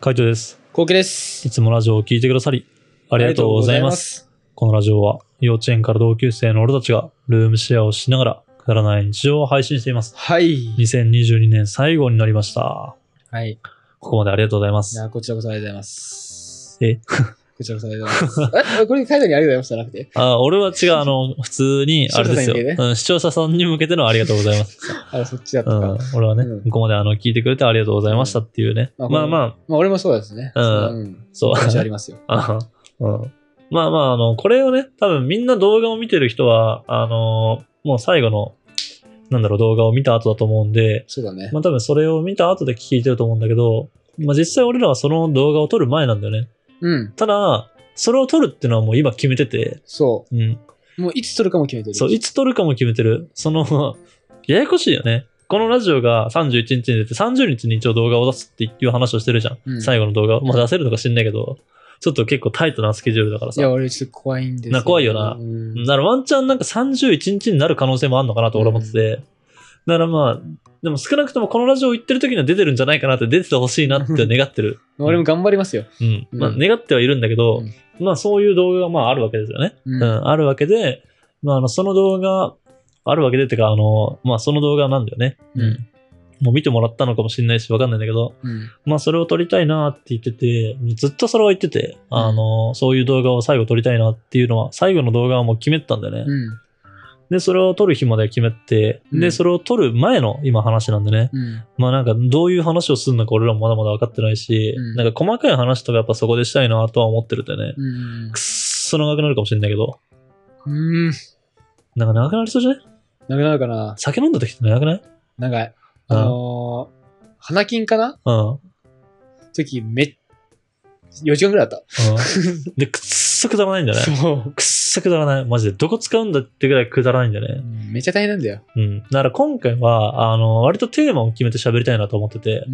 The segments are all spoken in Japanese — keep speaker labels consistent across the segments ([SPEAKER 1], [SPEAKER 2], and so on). [SPEAKER 1] 会長です。
[SPEAKER 2] コウで
[SPEAKER 1] い
[SPEAKER 2] す。
[SPEAKER 1] つもラジオを聞いてくださり、ありがとうございます。このラジオは、幼稚園から同級生の俺たちが、ルームシェアをしながら、くだらない日常を配信しています。
[SPEAKER 2] ありがとうございます。
[SPEAKER 1] 2022年最後になりました。
[SPEAKER 2] はい。はい。
[SPEAKER 1] ここまでありがとうございま
[SPEAKER 2] い
[SPEAKER 1] す。
[SPEAKER 2] や、こちらこそありがとうございます。
[SPEAKER 1] え
[SPEAKER 2] こちらこそありがとうございます。 えこれ、カイトにありがとうございましたじゃなくて。
[SPEAKER 1] あ、俺は違う、あ の、普通に、あれですよ
[SPEAKER 2] 視聴者さんに向け
[SPEAKER 1] うん視聴者さんに向け
[SPEAKER 2] て
[SPEAKER 1] てのありがとうござい ます。
[SPEAKER 2] あの、そっちだった
[SPEAKER 1] う
[SPEAKER 2] か。
[SPEAKER 1] ん
[SPEAKER 2] まあ、
[SPEAKER 1] 俺はね、
[SPEAKER 2] うん
[SPEAKER 1] ここまであの、聞いてくれてありがとうございましたっていうね。
[SPEAKER 2] うん
[SPEAKER 1] まあま
[SPEAKER 2] 俺もそうですね。
[SPEAKER 1] うん
[SPEAKER 2] ん
[SPEAKER 1] あ、。 そう。
[SPEAKER 2] 私ありますよ。
[SPEAKER 1] あうん。まあまあ、あの、これをね、多分みんな動画を見てる人は、あのもう最後の、なんだろう、動画を見た後だと思うんで、
[SPEAKER 2] そうだね。
[SPEAKER 1] まあ多分それを見た後で聞いてると思うんだけど、まあ実際俺らはその動画を撮る前なんだよね。
[SPEAKER 2] うん。
[SPEAKER 1] ただ、それを撮るってのはもう今決めてて、
[SPEAKER 2] そ
[SPEAKER 1] うん。
[SPEAKER 2] う。もういつ撮るかも決めてる。
[SPEAKER 1] そう、いつ撮るかも決めてる。その、ややこしいよね。このラジオが31日に出て、30日に一応動画を出すっていう話をしてるじゃん。
[SPEAKER 2] うん
[SPEAKER 1] 最後の動画。まあ出せるのか知んないけど、ちょっと結構タイトなスケジュールだから
[SPEAKER 2] い
[SPEAKER 1] さ。
[SPEAKER 2] や、俺ちょっと怖いんです
[SPEAKER 1] な怖いよな
[SPEAKER 2] うん
[SPEAKER 1] だからワンチャンなんか31日になる可能性もあるのかなと俺は思ってて、だからまあ、でも少なくともこのラジオ行ってる時には出てるんじゃないかなって出ててほしいなって願って る。
[SPEAKER 2] 俺も頑張りますよ。
[SPEAKER 1] うん。まあ
[SPEAKER 2] うん
[SPEAKER 1] 願ってはいるんだけど、
[SPEAKER 2] うん
[SPEAKER 1] まあそういう動画がまああるわけですよね。
[SPEAKER 2] う
[SPEAKER 1] うん、。あるわけで、まああのその動画、あるわけでってか、あの、まあその動画なんだよね。
[SPEAKER 2] うん。
[SPEAKER 1] もう見てもらったのかもしれないし、わかんないんだけど、
[SPEAKER 2] うん。
[SPEAKER 1] まあそれを撮りたいなって言ってて、ずっとそれは言ってて、
[SPEAKER 2] うん
[SPEAKER 1] あの、そういう動画を最後撮りたいなっていうのは、最後の動画はもう決めてたんだよね。
[SPEAKER 2] うん。
[SPEAKER 1] で、それを撮る日まで決めて、
[SPEAKER 2] うん
[SPEAKER 1] で、それを撮る前の今話なんでね。
[SPEAKER 2] うん。
[SPEAKER 1] まあなんかどういう話をするのか俺らもまだまだ分かってないし、
[SPEAKER 2] うん
[SPEAKER 1] なんか細かい話とかやっぱそこでしたいなとは思ってるんでね。
[SPEAKER 2] うん
[SPEAKER 1] くっそ長くなるかもしれないけど。
[SPEAKER 2] うん。
[SPEAKER 1] なんか長くなりそうじゃない
[SPEAKER 2] なくなるかな
[SPEAKER 1] 酒飲んだ時って長くない
[SPEAKER 2] 長い。
[SPEAKER 1] うん
[SPEAKER 2] あのー、花金かな
[SPEAKER 1] うん。うん。
[SPEAKER 2] 時、めっ、4時間くらいあっ
[SPEAKER 1] で、くっそくだらないんだ
[SPEAKER 2] た。
[SPEAKER 1] ね。
[SPEAKER 2] そう。
[SPEAKER 1] くっそくだらない。マジで。どこ使うんだってぐらいくだらないんだね。
[SPEAKER 2] めっちゃ大変なんだよ。
[SPEAKER 1] うん。だから今回は、あの、割とテーマを決めて喋りたいなと思ってて。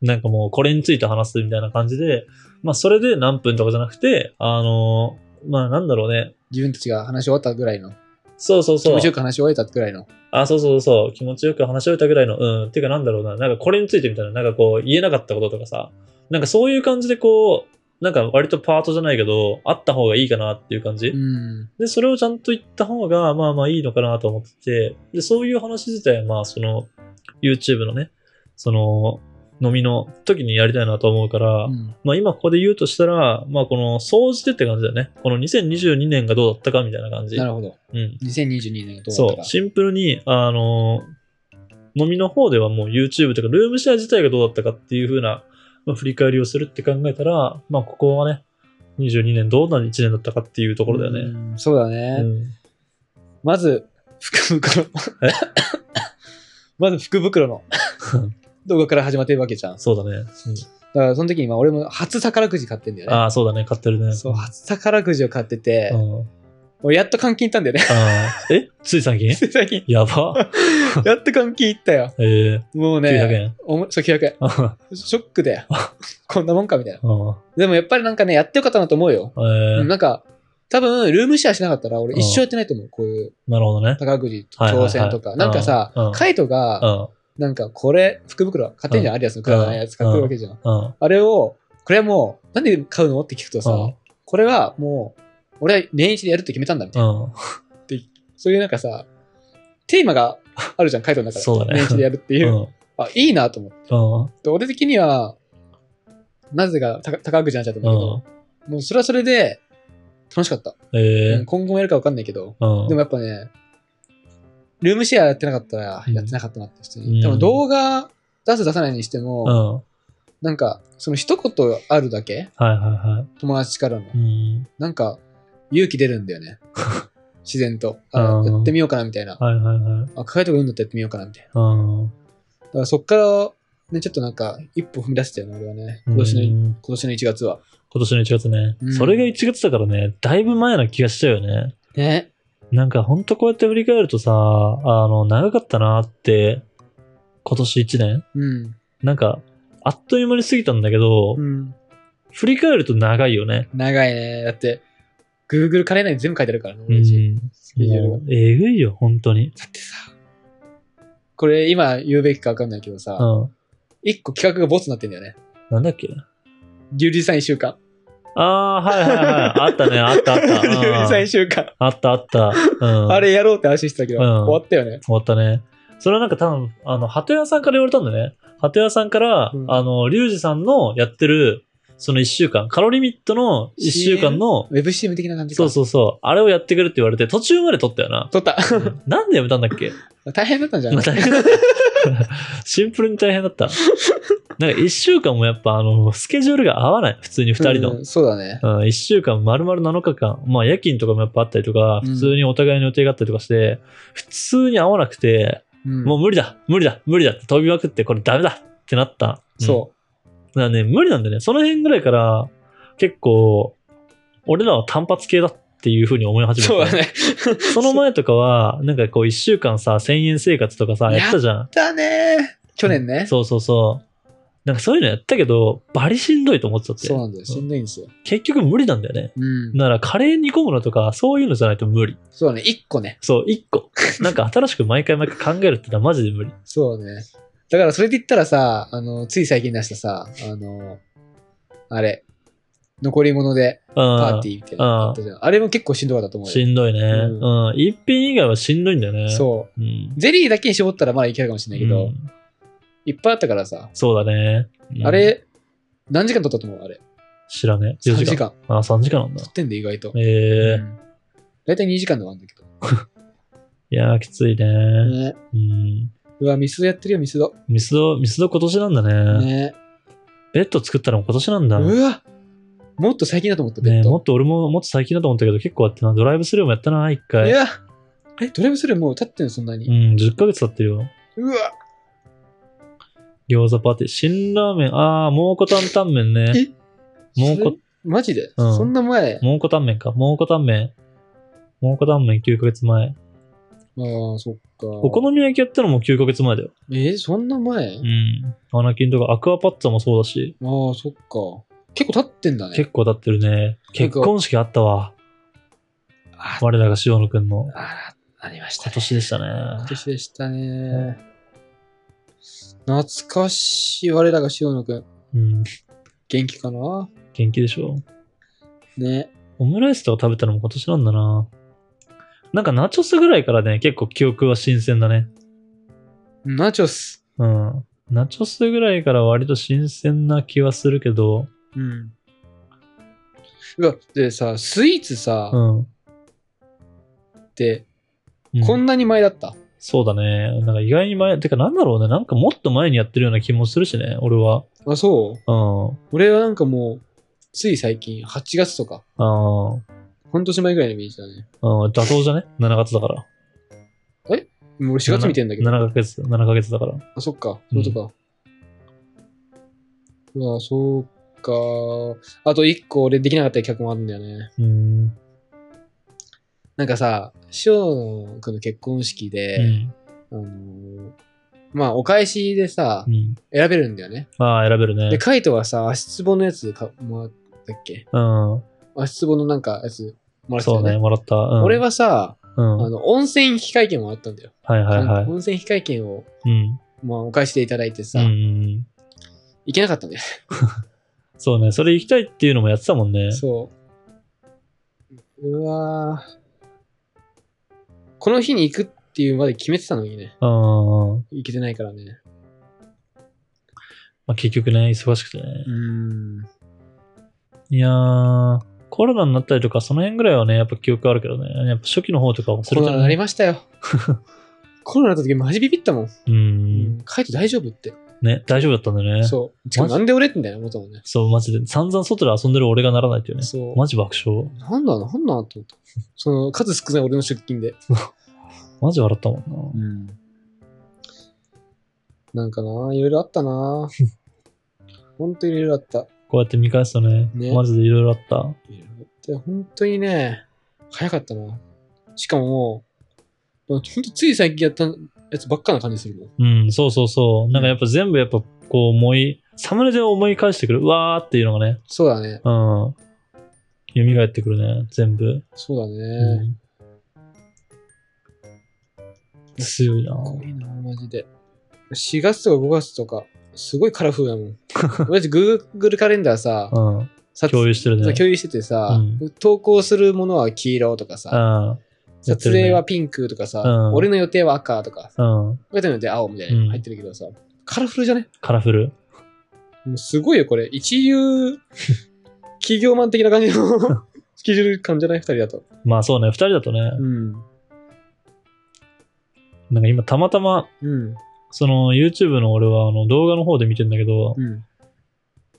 [SPEAKER 2] うん。
[SPEAKER 1] なんかもうこれについて話すみたいな感じで、まあそれで何分とかじゃなくて、あのーまあなんだろうね。
[SPEAKER 2] 自分たちが話し終わったぐらいの。
[SPEAKER 1] そうそう
[SPEAKER 2] 気
[SPEAKER 1] そう
[SPEAKER 2] 持ち。よく話し終えたぐらいの。
[SPEAKER 1] あ、そうそうそう。気持ちよく話し終えたぐらいの、うん。ていうかなんだろうな。なんかこれについてみたいな、なんかこう言えなかったこととかさ。なんかそういう感じでこう、なんか割とパートじゃないけど、あった方がいいかなっていう感じ。
[SPEAKER 2] うん。
[SPEAKER 1] で、それをちゃんと言った方が、まあまあいいのかなと思ってて、で、そういう話自体は、まあ、その、YouTube のね、その、飲みの時にやりたいなと思うから、
[SPEAKER 2] うん
[SPEAKER 1] まあ今ここで言うとしたら、まあこの総じてって感じだよね。この2022年がどうだったかみたいな感じ。
[SPEAKER 2] なるほど。
[SPEAKER 1] うん。
[SPEAKER 2] 2022年がどうだっ
[SPEAKER 1] そ
[SPEAKER 2] た
[SPEAKER 1] う。
[SPEAKER 2] か。
[SPEAKER 1] シンプルに、あの、飲みの方ではもう YouTube というか、ルームシェア自体がどうだったかっていう風な、まあ、振り返りをするって考えたら、まあここはね、22年どんな1年だったかっていうところだよね。
[SPEAKER 2] うん。そうだね。
[SPEAKER 1] うん
[SPEAKER 2] まず、福袋。 まず福袋の動画から始まってるわけじゃん。だ
[SPEAKER 1] そうだね。
[SPEAKER 2] からその時にまあ俺も初宝くじ買ってんだよね。
[SPEAKER 1] ああ、そうだね。買ってるね。
[SPEAKER 2] そう、初宝くじを買ってて、
[SPEAKER 1] うん
[SPEAKER 2] 俺やっと換金行ったんだよね。
[SPEAKER 1] あーえつい最近
[SPEAKER 2] 最近、
[SPEAKER 1] やば。
[SPEAKER 2] やっと換金行ったよ。
[SPEAKER 1] えー、
[SPEAKER 2] もうね、
[SPEAKER 1] 900円。
[SPEAKER 2] おもそう、900円。
[SPEAKER 1] あ
[SPEAKER 2] ショックだよ。こんなもんかみたいな。
[SPEAKER 1] ー
[SPEAKER 2] でもやっぱりなんかね、やってよかったなと思うよ。
[SPEAKER 1] えー
[SPEAKER 2] うんなんか、多分、ルームシェアしなかったら俺
[SPEAKER 1] うん
[SPEAKER 2] 一生やってないと思う。こういう
[SPEAKER 1] なるほどね。
[SPEAKER 2] 宝くじ
[SPEAKER 1] はいはいはい
[SPEAKER 2] 挑戦とか。なんかさ
[SPEAKER 1] うん、
[SPEAKER 2] カイト
[SPEAKER 1] う
[SPEAKER 2] が、
[SPEAKER 1] ん。
[SPEAKER 2] なんかこれ、福袋買ってんじゃん、アリアスのくだらないやつ買ってるわけじゃん。
[SPEAKER 1] うん。
[SPEAKER 2] あれを、これはもう、なんで買うのって聞くと
[SPEAKER 1] う
[SPEAKER 2] さ
[SPEAKER 1] ん、
[SPEAKER 2] これはもう、俺は年一でやるって決めたんだみたいな。
[SPEAKER 1] うん。
[SPEAKER 2] そういうなんかさ、テーマがあるじゃん、カイトの中で。
[SPEAKER 1] そうだね
[SPEAKER 2] 年一でやるっていうう。
[SPEAKER 1] ん。
[SPEAKER 2] あ、いいなと思って。
[SPEAKER 1] うん。
[SPEAKER 2] 俺的には、なぜか高宝くじになっちゃったんだけど
[SPEAKER 1] う、
[SPEAKER 2] もうそれはそれで楽しかった。
[SPEAKER 1] ん。えー
[SPEAKER 2] 今後もやるか分かんないけど、
[SPEAKER 1] うん。
[SPEAKER 2] でもやっぱね、ルームシェアやってなかったら
[SPEAKER 1] うん
[SPEAKER 2] やってなかったなって普通
[SPEAKER 1] うん
[SPEAKER 2] に。でも動画出す出さないにして
[SPEAKER 1] う
[SPEAKER 2] も、
[SPEAKER 1] ん。はい
[SPEAKER 2] なんかその一言あるだけ、
[SPEAKER 1] はいは
[SPEAKER 2] 友達からの、
[SPEAKER 1] い。うん。
[SPEAKER 2] なんか勇気出るんだよ ね。自然と。あ
[SPEAKER 1] うん
[SPEAKER 2] やってみようかなみたいな。
[SPEAKER 1] はいはいはい。
[SPEAKER 2] あ、抱えとか言うんだったらやってみようかなみたいな。
[SPEAKER 1] うん。
[SPEAKER 2] だからそっから、ね、ちょっとなんか一歩踏み出したよね、俺はね。今年の、今
[SPEAKER 1] うん
[SPEAKER 2] 年の1月は。
[SPEAKER 1] 今年の1月ね
[SPEAKER 2] う。ん
[SPEAKER 1] それが1月だからね、だいぶ前な気がしちゃうよね。
[SPEAKER 2] ね。
[SPEAKER 1] なんかほんとこうやって振り返るとさ、あの、長かったなって、今年1年
[SPEAKER 2] うん。
[SPEAKER 1] なんか、あっという間に過ぎたんだけど、
[SPEAKER 2] うん。
[SPEAKER 1] 振り返ると長いよね。
[SPEAKER 2] 長いね。だって、Google カレンダーに全部書いてあるからね、
[SPEAKER 1] う
[SPEAKER 2] 俺たち
[SPEAKER 1] ん。
[SPEAKER 2] スケジュール
[SPEAKER 1] も
[SPEAKER 2] が
[SPEAKER 1] うえぐいよ、本当に。
[SPEAKER 2] だってさ、これ今言うべきか分かんないけど
[SPEAKER 1] う
[SPEAKER 2] さ、
[SPEAKER 1] ん。
[SPEAKER 2] 一個企画がボツになってんだよね。
[SPEAKER 1] なんだっけ
[SPEAKER 2] リュウジさん1週間。
[SPEAKER 1] ああー、はいはいはい。あったね、あったあった。
[SPEAKER 2] リュウジさん
[SPEAKER 1] う
[SPEAKER 2] 1
[SPEAKER 1] ん
[SPEAKER 2] 週間。
[SPEAKER 1] あったあった。うん
[SPEAKER 2] あれやろうって話してたけど、
[SPEAKER 1] うん
[SPEAKER 2] 終わったよね。
[SPEAKER 1] 終わったね。それはなんか多分、あの、鳩屋さんから言われたんだね。鳩屋さんから、
[SPEAKER 2] うん
[SPEAKER 1] あの、リュウジさんのやってる、その一週間、カロリミットの一週間の、
[SPEAKER 2] ウェブ CM 的な感じか。
[SPEAKER 1] そうそうそう、あれをやってくれって言われて、途中まで撮ったよ な。
[SPEAKER 2] 撮った。
[SPEAKER 1] うんなんでやめたんだっけ
[SPEAKER 2] 大変だったんじゃない
[SPEAKER 1] 大変だった シンプルに大変だった。なんか一週間もやっぱ、あの、スケジュールが合わない。普通に二人の。
[SPEAKER 2] うんそうだね。
[SPEAKER 1] うん、1週間、丸々7日間、まあ夜勤とかもやっぱあったりとか、
[SPEAKER 2] うん
[SPEAKER 1] 普通にお互いの予定があったりとかして、普通に合わなくて、
[SPEAKER 2] うん
[SPEAKER 1] もう無理だ、無理だ、無理だって飛びまくって、これダメだってなった。。
[SPEAKER 2] そう。
[SPEAKER 1] だからね、無理なんだよね。その辺ぐらいから、結構、俺らは単発系だっていう風に思いう始めた。
[SPEAKER 2] そうだね。
[SPEAKER 1] その前とかは、なんかこう1週間さ、1000円生活とかさ、やってたじゃん。
[SPEAKER 2] だね。去年ね。
[SPEAKER 1] そうそうそう。なんかそういうのやったけど、バリしんどいと思ってたって。
[SPEAKER 2] そうなんだよ。しんどいんですよ。
[SPEAKER 1] 結局無理なんだよね。
[SPEAKER 2] うん。
[SPEAKER 1] なら、カレー煮込むのとか、そういうのじゃないと無理。
[SPEAKER 2] そうだね。1個ね。
[SPEAKER 1] そう、一 個。なんか新しく毎回毎回考えるってのはマジで無理。
[SPEAKER 2] そうだね。だからそれで言ったらさ、あの、つい最近出したさ、あの、あれ、残り物でパ
[SPEAKER 1] パ
[SPEAKER 2] ーティーみたいなのあったじゃん。あれも結構しんどかったと思うよ。
[SPEAKER 1] しんどいね。
[SPEAKER 2] う
[SPEAKER 1] うん。一品以外はしんどいんだよね。
[SPEAKER 2] そ
[SPEAKER 1] うん。うん。
[SPEAKER 2] う。ゼリーだけに絞ったらまだいけるかもしれないけど、いっぱいあったからさ、
[SPEAKER 1] そうだね。うん
[SPEAKER 2] あれ、何時間撮ったと思うあれ。
[SPEAKER 1] 知らねえ。
[SPEAKER 2] 3
[SPEAKER 1] 4時
[SPEAKER 2] 時
[SPEAKER 1] 間。
[SPEAKER 2] 間。
[SPEAKER 1] あ、3時間なんだ
[SPEAKER 2] 撮。ってんで、意外と。
[SPEAKER 1] え
[SPEAKER 2] う
[SPEAKER 1] え。
[SPEAKER 2] ん大体2時間で終わるんだけど。
[SPEAKER 1] いやー、きついね。
[SPEAKER 2] ね
[SPEAKER 1] うん。
[SPEAKER 2] うわ、ミスドやってるよ、ミスド。
[SPEAKER 1] ミスド、ミスド今年なんだね。
[SPEAKER 2] ね
[SPEAKER 1] ベッド作ったのも今年なんだ。
[SPEAKER 2] うわもっと最近だと思った、ベ
[SPEAKER 1] ね
[SPEAKER 2] ッ
[SPEAKER 1] も
[SPEAKER 2] ド。
[SPEAKER 1] っと俺ももっと最近だと思ったけど、結構あってな、ドライブスルーもやったな、一
[SPEAKER 2] い
[SPEAKER 1] 回。
[SPEAKER 2] やえ、ドライブスルーもう経ってんの、そんな
[SPEAKER 1] う
[SPEAKER 2] に。
[SPEAKER 1] ん、10ヶ月経ってるよ。
[SPEAKER 2] うわ
[SPEAKER 1] 餃子パーティー。辛ラーメン、あー、蒙古タンタンメンね。蒙古、
[SPEAKER 2] マジで、
[SPEAKER 1] うん
[SPEAKER 2] そんな前。
[SPEAKER 1] 蒙古タンメンか。蒙古タンメン。蒙古タンメン9ヶ月前。
[SPEAKER 2] ああ、そっか。
[SPEAKER 1] お好み焼きやったのも9ヶ月前だよ。
[SPEAKER 2] えーそんな前、
[SPEAKER 1] うん。アナキンとかアクアパッツァもそうだし、
[SPEAKER 2] ああ、そっか。結構経ってんだね。
[SPEAKER 1] 結構経ってるね。結婚式あったわ。
[SPEAKER 2] あ
[SPEAKER 1] 我らが塩野くんの。
[SPEAKER 2] あら、ありました、
[SPEAKER 1] 今
[SPEAKER 2] ね。
[SPEAKER 1] 年でしたね。
[SPEAKER 2] 今年でしたね。懐かしい、我らが塩野くん。
[SPEAKER 1] うん。
[SPEAKER 2] 元気かな
[SPEAKER 1] 元気でしょ。
[SPEAKER 2] ね。
[SPEAKER 1] オムライスとか食べたのも今年なんだな。なんかナチョスぐらいからね、結構記憶は新鮮だね。
[SPEAKER 2] ナチョス。
[SPEAKER 1] うん。ナチョスぐらいから割と新鮮な気はするけど、
[SPEAKER 2] うん。うわ、でさ、スイーツさ、
[SPEAKER 1] うん。う
[SPEAKER 2] って、
[SPEAKER 1] ん
[SPEAKER 2] こんなに前だった。
[SPEAKER 1] そうだね。なんか意外に前、てかなんだろうね。なんかもっと前にやってるような気もするしね、俺は。
[SPEAKER 2] あ、そう
[SPEAKER 1] うん。あ
[SPEAKER 2] 俺はなんかもう、つい最近、8月とか、
[SPEAKER 1] あ。
[SPEAKER 2] 半年前ぐらいのイメージだね。
[SPEAKER 1] うん、妥当じゃね ?7 月だから。
[SPEAKER 2] もう俺4月見てんだけど。
[SPEAKER 1] 7ヶ月、7ヶ月だから。
[SPEAKER 2] あ、そっか。そういうことか。うわ、そうか。あと1個俺できなかった企画もあるんだよね。
[SPEAKER 1] うん。
[SPEAKER 2] なんかさ、塩野くんの結婚式
[SPEAKER 1] う
[SPEAKER 2] で、
[SPEAKER 1] ん。
[SPEAKER 2] あのーまあ、お返しでさ
[SPEAKER 1] う、ん。
[SPEAKER 2] 選べるんだよね。
[SPEAKER 1] ああ、選べるね
[SPEAKER 2] で、。カイトはさ、足つぼのやつかもらったっけ
[SPEAKER 1] うん。
[SPEAKER 2] 足つぼのなんかやつもらった
[SPEAKER 1] そ
[SPEAKER 2] よ
[SPEAKER 1] う
[SPEAKER 2] ね。
[SPEAKER 1] ね、もらった。うん、
[SPEAKER 2] 俺、はさ、
[SPEAKER 1] うん。
[SPEAKER 2] あ
[SPEAKER 1] はい
[SPEAKER 2] の、温泉引換券もらったんだよ。
[SPEAKER 1] はいはい。
[SPEAKER 2] 温泉引換券を、
[SPEAKER 1] うん。
[SPEAKER 2] まあ、お返しでいただいて
[SPEAKER 1] う
[SPEAKER 2] さ、
[SPEAKER 1] んう
[SPEAKER 2] 行、
[SPEAKER 1] ん。
[SPEAKER 2] けなかったんだよ。
[SPEAKER 1] そうね、それ行きたいっていうのもやってたもんね。
[SPEAKER 2] そう。うわぁ。この日に行くっていうまで決めてたのにね、
[SPEAKER 1] うん。
[SPEAKER 2] 行けてないからね。
[SPEAKER 1] まあ、結局ね、忙しくてね。
[SPEAKER 2] うん。
[SPEAKER 1] いやー、コロナになったりとか、その辺ぐらいはね、やっぱ記憶あるけどね。やっぱ初期の方とか忘
[SPEAKER 2] コ
[SPEAKER 1] れ
[SPEAKER 2] ロ
[SPEAKER 1] て
[SPEAKER 2] ナになり
[SPEAKER 1] る。
[SPEAKER 2] ました よ。コロナになった時マジビビったもん。
[SPEAKER 1] うん。
[SPEAKER 2] カイト大丈夫って。
[SPEAKER 1] ね、大丈夫だったんだよね。そう。
[SPEAKER 2] そう。しかもなんで俺ってんだよ、思ったもんね。
[SPEAKER 1] マジで。散々外で遊んでる俺がならないっていうね。
[SPEAKER 2] そう。
[SPEAKER 1] マジ爆笑。
[SPEAKER 2] なんだ、なんだって思 った。その、数少ない俺の出勤で。
[SPEAKER 1] マジ笑ったもん
[SPEAKER 2] うん。なんかな、いろいろあっ たな。ほんといろいろあった。
[SPEAKER 1] な。こうやって見返すとね、
[SPEAKER 2] ね
[SPEAKER 1] マジでいろいろあった。
[SPEAKER 2] いろいろあって、ほんとにね、早かったな。しかももう、ほんとつい最近やったやつばっかな感じするもん。
[SPEAKER 1] うん、そうそうそう。なんかやっぱ全部やっぱこう思い、サムネで思い返してくる。うわーっていうのがね、
[SPEAKER 2] そうだね。
[SPEAKER 1] うん。蘇ってくるね、全部。
[SPEAKER 2] そうだね。
[SPEAKER 1] うん強いな
[SPEAKER 2] すごいな、マジで。4月とか5月とか、すごいカラフル だもん。私、Google カレンダーさ、
[SPEAKER 1] うん。
[SPEAKER 2] 撮
[SPEAKER 1] 共有してるね。
[SPEAKER 2] 共有しててさ、
[SPEAKER 1] う
[SPEAKER 2] 投稿するものは黄色とかさ、
[SPEAKER 1] あやって
[SPEAKER 2] 撮
[SPEAKER 1] るね
[SPEAKER 2] 影はピンクとかさ、
[SPEAKER 1] うん
[SPEAKER 2] 俺の予定は赤とか、
[SPEAKER 1] あ、うん。
[SPEAKER 2] 俺の予定は青みたいな
[SPEAKER 1] うん
[SPEAKER 2] の入ってるけどさ、カラフルじゃね
[SPEAKER 1] カラフル。
[SPEAKER 2] もうすごいよ、これ。一流、企業マン的な感じの スケジュール感じゃない二人だと。
[SPEAKER 1] まあそうね、二人だとね、
[SPEAKER 2] うん。
[SPEAKER 1] なんか今たまたま、
[SPEAKER 2] うん。
[SPEAKER 1] その YouTube の俺はあの動画の方で見てんだけど、
[SPEAKER 2] うん。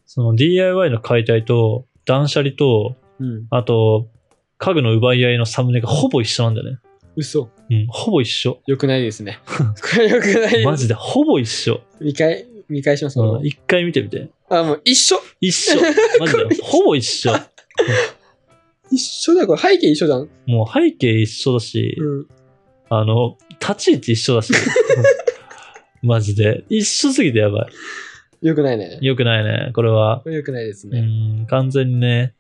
[SPEAKER 1] その DIY の解体と、断捨離と、
[SPEAKER 2] うん。
[SPEAKER 1] あと、家具の奪い合いのサムネがほぼ一緒なんだよね。
[SPEAKER 2] 嘘。
[SPEAKER 1] うん、ほぼ一緒。
[SPEAKER 2] よくないです ね。これよくないです。
[SPEAKER 1] マジでほぼ一緒。
[SPEAKER 2] 見返、見返します
[SPEAKER 1] う
[SPEAKER 2] も
[SPEAKER 1] ん、一回見てみて。
[SPEAKER 2] あ、もう一緒
[SPEAKER 1] 一緒。マジ
[SPEAKER 2] これ
[SPEAKER 1] で。ほぼ一緒。
[SPEAKER 2] 一緒だ、これ。背景一緒じゃん。
[SPEAKER 1] もう背景一緒だし、
[SPEAKER 2] うん。
[SPEAKER 1] あの、立ち位置一緒だ し。マジで。一緒すぎてやば
[SPEAKER 2] よくないね
[SPEAKER 1] い。。よくないね、これは
[SPEAKER 2] こ。れよくないです
[SPEAKER 1] う
[SPEAKER 2] ね。
[SPEAKER 1] ん、完全にね、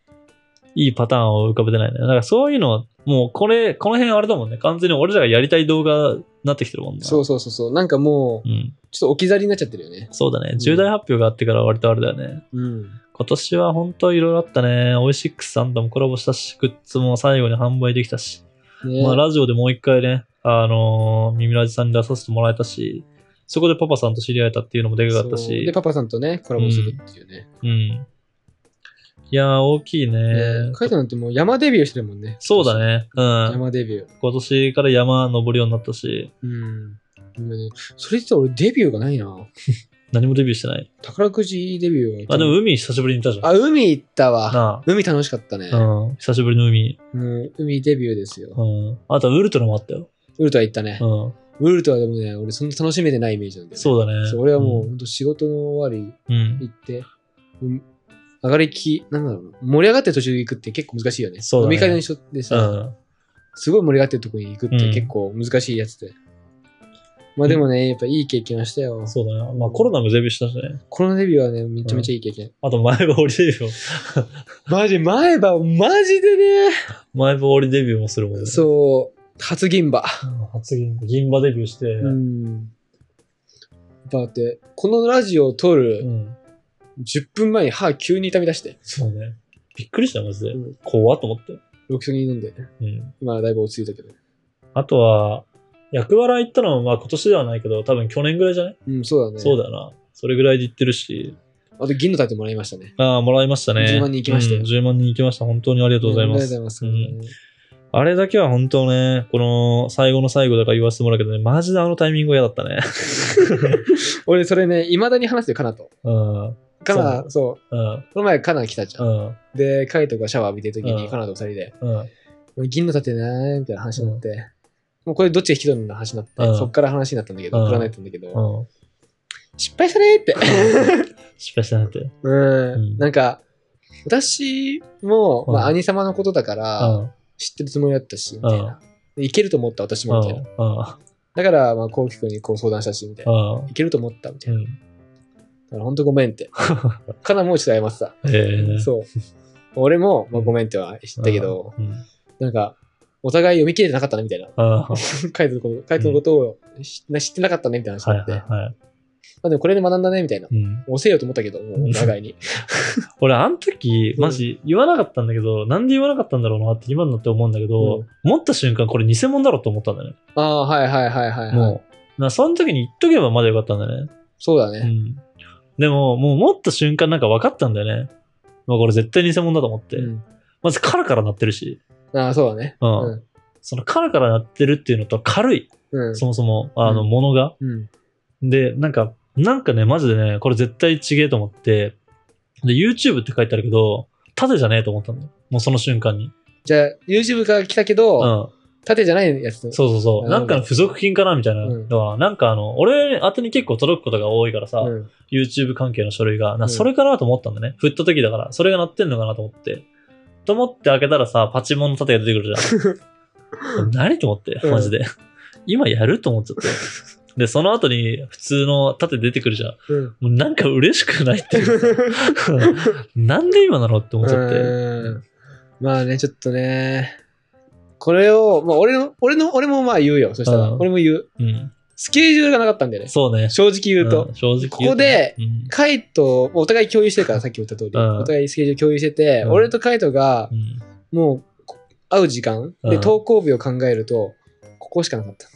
[SPEAKER 1] いいパターンを浮かべてないね。だからそういうの、もうこれ、この辺あれだもんね。完全に俺らがやりたい動画になってきてるもんね。
[SPEAKER 2] そうそうそうそう。なんかもう
[SPEAKER 1] う。、ん。
[SPEAKER 2] ちょっと置き去りになっちゃってるよね。
[SPEAKER 1] そうだ
[SPEAKER 2] う
[SPEAKER 1] ね。
[SPEAKER 2] ん
[SPEAKER 1] 重大発表があってから割とあれだよね。
[SPEAKER 2] うん。
[SPEAKER 1] 今年は本当いろいろあったね。オイシックスさんともコラボしたし、グッズも最後に販売できたし。
[SPEAKER 2] ね
[SPEAKER 1] まあ、ラジオでもう一回ね、あのー、ミミラジさんに出させてもらえたし、そこでパパさんと知り合えたっていうのもでかかった
[SPEAKER 2] そうで、
[SPEAKER 1] し、
[SPEAKER 2] パパさんとね、コラボするっていうね。
[SPEAKER 1] うん。いやー、大きいね。
[SPEAKER 2] ねカイトなんてもう山デビューしてるもんね。
[SPEAKER 1] そうだ。ね。うん。
[SPEAKER 2] 山デビュー。
[SPEAKER 1] 今年から山登るようになったし、
[SPEAKER 2] うん。でもねそれ実は俺デビューがないな。
[SPEAKER 1] 何もデビューしてない。
[SPEAKER 2] 宝くじデビューは。
[SPEAKER 1] あ、でも、海久しぶりに行ったじゃん。
[SPEAKER 2] あ、海行ったわ。
[SPEAKER 1] な
[SPEAKER 2] 海楽しかったね。
[SPEAKER 1] あ。うん。久しぶりの海。
[SPEAKER 2] うん、海デビューですよ。
[SPEAKER 1] うん。あとはウルトラもあったよ。
[SPEAKER 2] ウルトラ行ったね
[SPEAKER 1] う。ん。
[SPEAKER 2] ウルトラでもね、俺そんな楽しめてないイメージなんだよね。
[SPEAKER 1] そうだね。
[SPEAKER 2] そう俺はもう、本当仕事の終わ
[SPEAKER 1] うん、うん
[SPEAKER 2] り行って、うん上がりき、なんだろうな、盛り上がってる途中に行くって結構難しいよね。
[SPEAKER 1] そうだ
[SPEAKER 2] 飲
[SPEAKER 1] ね
[SPEAKER 2] み会の人で
[SPEAKER 1] う
[SPEAKER 2] さ、
[SPEAKER 1] ん。
[SPEAKER 2] すごい盛り上がってるとこに行くって
[SPEAKER 1] うん
[SPEAKER 2] 結構難しいやつで。まあでもね、やっぱいい経験をしたよ。
[SPEAKER 1] そうだね。まあコロナもデビューしたしね。
[SPEAKER 2] このデビューはね、めちゃめちゃいい経験。
[SPEAKER 1] あと前羽織デビューも、
[SPEAKER 2] マジ、前歯、マジでね。
[SPEAKER 1] 前羽織デビューもす るもんね。
[SPEAKER 2] そう、初銀歯。
[SPEAKER 1] うん初銀銀馬デビューして、
[SPEAKER 2] うん。だって、このラジオを撮
[SPEAKER 1] う
[SPEAKER 2] る
[SPEAKER 1] ん
[SPEAKER 2] 10分前に歯急に痛み出して、
[SPEAKER 1] そうね。びっくりした、マジで
[SPEAKER 2] うん。
[SPEAKER 1] 怖っと思って。
[SPEAKER 2] ロキソニン飲んで、
[SPEAKER 1] うん。
[SPEAKER 2] 今はだいぶ落ち着いたけど。
[SPEAKER 1] あとは、役柄行ったのは、まあ今年ではないけど、多分去年ぐらいじゃない、
[SPEAKER 2] うん、そうだね。
[SPEAKER 1] そうだよな。それぐらいで行ってるし、
[SPEAKER 2] あと銀の盾もらいましたね。
[SPEAKER 1] ああ、もらいましたね。
[SPEAKER 2] 10万人行きましたよ
[SPEAKER 1] うん10万人行きました。本当にありがとうございます。
[SPEAKER 2] ありがとうござ
[SPEAKER 1] う
[SPEAKER 2] います。
[SPEAKER 1] んあれだけは本当ね、この最後の最後だから言わせてもらうけどね、マジであのタイミングは嫌だったね。
[SPEAKER 2] 俺、それね、未だに話してる、カナと。
[SPEAKER 1] うん。うん。
[SPEAKER 2] カナ、そう、
[SPEAKER 1] うん。
[SPEAKER 2] この前カナ来たじゃん。
[SPEAKER 1] うん。
[SPEAKER 2] で、カイトがシャワー浴びてる時
[SPEAKER 1] う
[SPEAKER 2] に、
[SPEAKER 1] ん
[SPEAKER 2] カナと二人で、
[SPEAKER 1] うん。
[SPEAKER 2] 銀の盾なーみたいな話になって、もうこれどっちが引き取るの話になって、
[SPEAKER 1] うん
[SPEAKER 2] そっから話になったんだけど、
[SPEAKER 1] うん
[SPEAKER 2] プラネットなんだけど、
[SPEAKER 1] うん。
[SPEAKER 2] 失敗したねーって。
[SPEAKER 1] 失敗したなって。うん。
[SPEAKER 2] うん
[SPEAKER 1] うん
[SPEAKER 2] なんか、私も、
[SPEAKER 1] うん
[SPEAKER 2] まあ、兄様のことだか
[SPEAKER 1] う
[SPEAKER 2] ら、
[SPEAKER 1] ん。
[SPEAKER 2] 知ってるつもりだったし、みたいな。でいけると思った、私
[SPEAKER 1] う
[SPEAKER 2] も、みたいな。
[SPEAKER 1] ん。
[SPEAKER 2] だから、まあ、こうきくんにこう相談したし、みたいな。
[SPEAKER 1] うん。
[SPEAKER 2] いけると思った、みた
[SPEAKER 1] う
[SPEAKER 2] いな。
[SPEAKER 1] ん。
[SPEAKER 2] だから、本当ごめ んって。かなもうちょっと謝ってた。
[SPEAKER 1] ええ
[SPEAKER 2] そう。俺も、まあ、ごめんっては知ったけど、
[SPEAKER 1] うん。
[SPEAKER 2] なんか、お互い読み切れてなかったね、みたいな。
[SPEAKER 1] ああ、は
[SPEAKER 2] カイトのこと、カイトのことを知知ってなかったね、みたいな話に
[SPEAKER 1] い
[SPEAKER 2] なって。
[SPEAKER 1] はいはい。
[SPEAKER 2] まあ、でもこれで学んだね、みたいな。
[SPEAKER 1] うん、
[SPEAKER 2] 押せよと思ったけど、もう、お互 いに。
[SPEAKER 1] 俺、あの時、マジ言わなかったんだけど、なんで言わなかったんだろうなって今になって思うんだけど、
[SPEAKER 2] うん
[SPEAKER 1] 持った瞬間これ偽物だろうと思ったんだね。
[SPEAKER 2] ああ、はいはいはいはい、はい。
[SPEAKER 1] もう。なその時に言っとけばまだよかったんだね。
[SPEAKER 2] そうだ
[SPEAKER 1] う
[SPEAKER 2] ね。
[SPEAKER 1] ん。でも、もう持った瞬間なんか分かったんだよね。まあこれ絶対偽物だと思って。
[SPEAKER 2] うん。
[SPEAKER 1] まずカラカラ鳴ってるし。
[SPEAKER 2] ああ、そうだね。
[SPEAKER 1] うん。
[SPEAKER 2] うん
[SPEAKER 1] そのカラカラ鳴ってるっていうのと軽い。
[SPEAKER 2] うん。
[SPEAKER 1] そもそも、あの、
[SPEAKER 2] うん
[SPEAKER 1] ものが。
[SPEAKER 2] うん。
[SPEAKER 1] で、なんか、なんかね、マジでね、これ絶対違えと思って、で、YouTube って書いてあるけど、縦じゃねえと思ったんだよ。もうその瞬間に。
[SPEAKER 2] じゃあ、YouTube から来たけ
[SPEAKER 1] う
[SPEAKER 2] ど、
[SPEAKER 1] ん。
[SPEAKER 2] 縦じゃないやつ。
[SPEAKER 1] そうそうそう。
[SPEAKER 2] な
[SPEAKER 1] な
[SPEAKER 2] るほど
[SPEAKER 1] んかの付属品かなみたいなのは、なんかあの、俺宛てに結構届くことが多いからさ、
[SPEAKER 2] うん。
[SPEAKER 1] YouTube 関係の書類が、
[SPEAKER 2] う
[SPEAKER 1] なんそれかなと思ったんだね。振った時だから、それが鳴ってんのかなと思って。と思って開けたらさ、パチモンの盾が出てくるじ ゃん。何と思って、マジで。今やると思っちゃって。で、その後に普通の盾出てくるじゃん。
[SPEAKER 2] うん。
[SPEAKER 1] もうなんか嬉しくないって いう。なんで今なのって思っちゃって。
[SPEAKER 2] うんまあね、ちょっとね。これを、まあ、俺の、俺の、俺もまあ言うよ。そした
[SPEAKER 1] う
[SPEAKER 2] ら、
[SPEAKER 1] ん
[SPEAKER 2] 俺も言う。
[SPEAKER 1] うん。
[SPEAKER 2] スケジュールがなかったんだよね。
[SPEAKER 1] そうね。
[SPEAKER 2] 正直言うと。
[SPEAKER 1] ん正直言うとね
[SPEAKER 2] ここで、
[SPEAKER 1] うん
[SPEAKER 2] カイト、もうお互い共有して るから、さっき言った通り。
[SPEAKER 1] うん
[SPEAKER 2] お互いスケジュール共有してて、
[SPEAKER 1] うん
[SPEAKER 2] 俺とカイトが
[SPEAKER 1] う、ん
[SPEAKER 2] もう、こ会う時間、
[SPEAKER 1] う
[SPEAKER 2] で、
[SPEAKER 1] ん
[SPEAKER 2] 投稿日を考えると、ここしかなかった。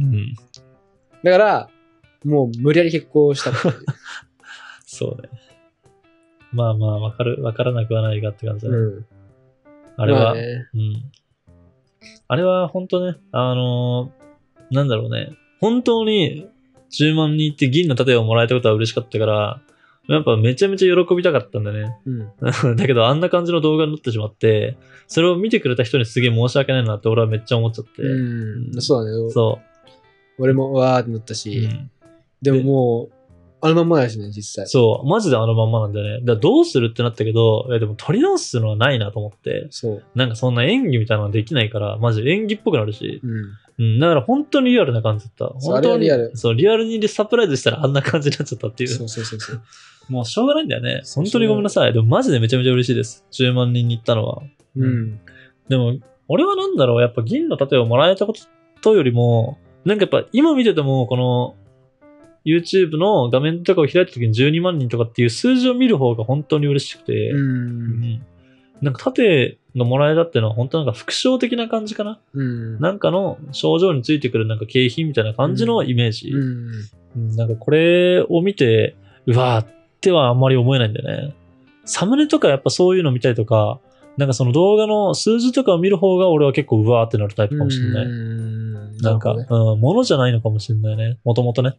[SPEAKER 1] うん。
[SPEAKER 2] だから、もう無理やり結婚したっていう。
[SPEAKER 1] そうね。まあまあ、わかる、わからなくはないがって 感じだね。
[SPEAKER 2] うん。
[SPEAKER 1] あれ
[SPEAKER 2] ま
[SPEAKER 1] は、
[SPEAKER 2] あね
[SPEAKER 1] うん。あれは本当ね、あのーなんだろうね。本当に10万人って銀の盾をもらえたことは嬉しかったから、やっぱめちゃめちゃ喜びたかったんだね。
[SPEAKER 2] うん。
[SPEAKER 1] だけどあんな感じの動画になってしまって、それを見てくれた人にすげえ申し訳ないなって俺はめっちゃ思っちゃって。
[SPEAKER 2] うん。そうだね。
[SPEAKER 1] そ
[SPEAKER 2] 俺もわーってなった
[SPEAKER 1] う、
[SPEAKER 2] し、
[SPEAKER 1] うん。
[SPEAKER 2] でももう、あのまんまだしね、実際。
[SPEAKER 1] そう。マジであのまんまなんだよね。だからどうするってなったけど、いやでも取り直すのはないなと思って。
[SPEAKER 2] そう。
[SPEAKER 1] なんかそんな演技みたいなのできないから、マジ演技っぽくなるし。
[SPEAKER 2] うん。
[SPEAKER 1] うん、だから本当にリアルな感じだった。
[SPEAKER 2] そう
[SPEAKER 1] 本当に
[SPEAKER 2] あれはリアル
[SPEAKER 1] そう、リアルにサプライズしたらあんな感じになっちゃったっていう。
[SPEAKER 2] そうそうそうそう。
[SPEAKER 1] もうしょうがないんだよね。
[SPEAKER 2] そう
[SPEAKER 1] 本当にごめんなさい。でもマジでめちゃめちゃ嬉しいです。10万人に行ったのは。
[SPEAKER 2] うん。
[SPEAKER 1] でも、俺はなんだろう、やっぱ銀の盾をもらえたことよりも、なんかやっぱ今見てても、この、YouTube の画面とかを開いた時に12万人とかっていう数字を見る方が本当に嬉しくて、
[SPEAKER 2] うん。
[SPEAKER 1] なんか盾がもらえたっていうのは本当なんか副賞的な感じかな。
[SPEAKER 2] うん。
[SPEAKER 1] なんかの症状についてくるなんか景品みたいな感じのイメージ。
[SPEAKER 2] うん。
[SPEAKER 1] うんなんかこれを見て、うわーってはあんまり思えないんだよね。サムネとかやっぱそういうの見たりとか、なんかその動画の数字とかを見る方が俺は結構うわーってなるタイプかもしれない。
[SPEAKER 2] うん
[SPEAKER 1] なんか、うん、ものじゃないのかもしれないね。もともとね。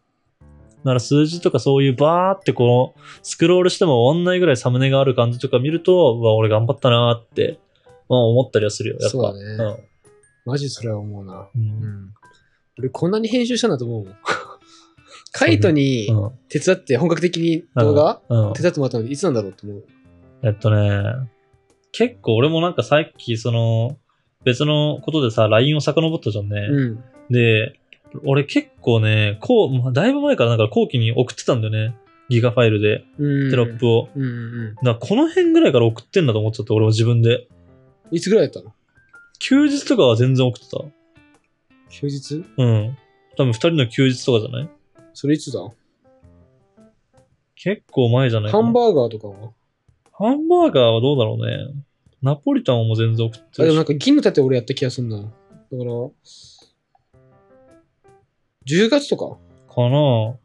[SPEAKER 1] なら数字とかそういうバーってこう、スクロールしても終わんないぐらいサムネがある感じとか見ると、うわ、俺頑張ったなーって、まあ、思ったりはするよ。やっぱ。
[SPEAKER 2] そうだねマジそれは思うな。
[SPEAKER 1] うん。
[SPEAKER 2] う
[SPEAKER 1] うん
[SPEAKER 2] ん。俺こんなに編集したんだと思うも ん。カイトに
[SPEAKER 1] うん。
[SPEAKER 2] 手伝って本格的に動画
[SPEAKER 1] うん。
[SPEAKER 2] 手伝ってもらったのいつなんだろうと思う。
[SPEAKER 1] えっとね、結構俺もなんかさっきその別のことでさ、LINE を遡ったじゃんね。
[SPEAKER 2] うん。
[SPEAKER 1] で、俺結構ね、こう、まあだいぶ前からなんか後期に送ってたんだよね。ギガファイルで、
[SPEAKER 2] うん。
[SPEAKER 1] テロップを。
[SPEAKER 2] うんうん
[SPEAKER 1] だからこの辺ぐらいから送ってんだと思っちゃって、俺も自分で。
[SPEAKER 2] うん。いつぐらいだったの
[SPEAKER 1] 休日とかは全然送ってた。
[SPEAKER 2] 休日
[SPEAKER 1] うん。多分二人の休日とかじゃない
[SPEAKER 2] それいつだ
[SPEAKER 1] 結構前じゃないか
[SPEAKER 2] ハ
[SPEAKER 1] な
[SPEAKER 2] ンバーガーとかは
[SPEAKER 1] ハンバーガーはどうだろうね。ナポリタンも全然送って
[SPEAKER 2] あで
[SPEAKER 1] る
[SPEAKER 2] もな
[SPEAKER 1] し。
[SPEAKER 2] んか銀の盾俺やった気がすんな。だから、10月とか
[SPEAKER 1] かな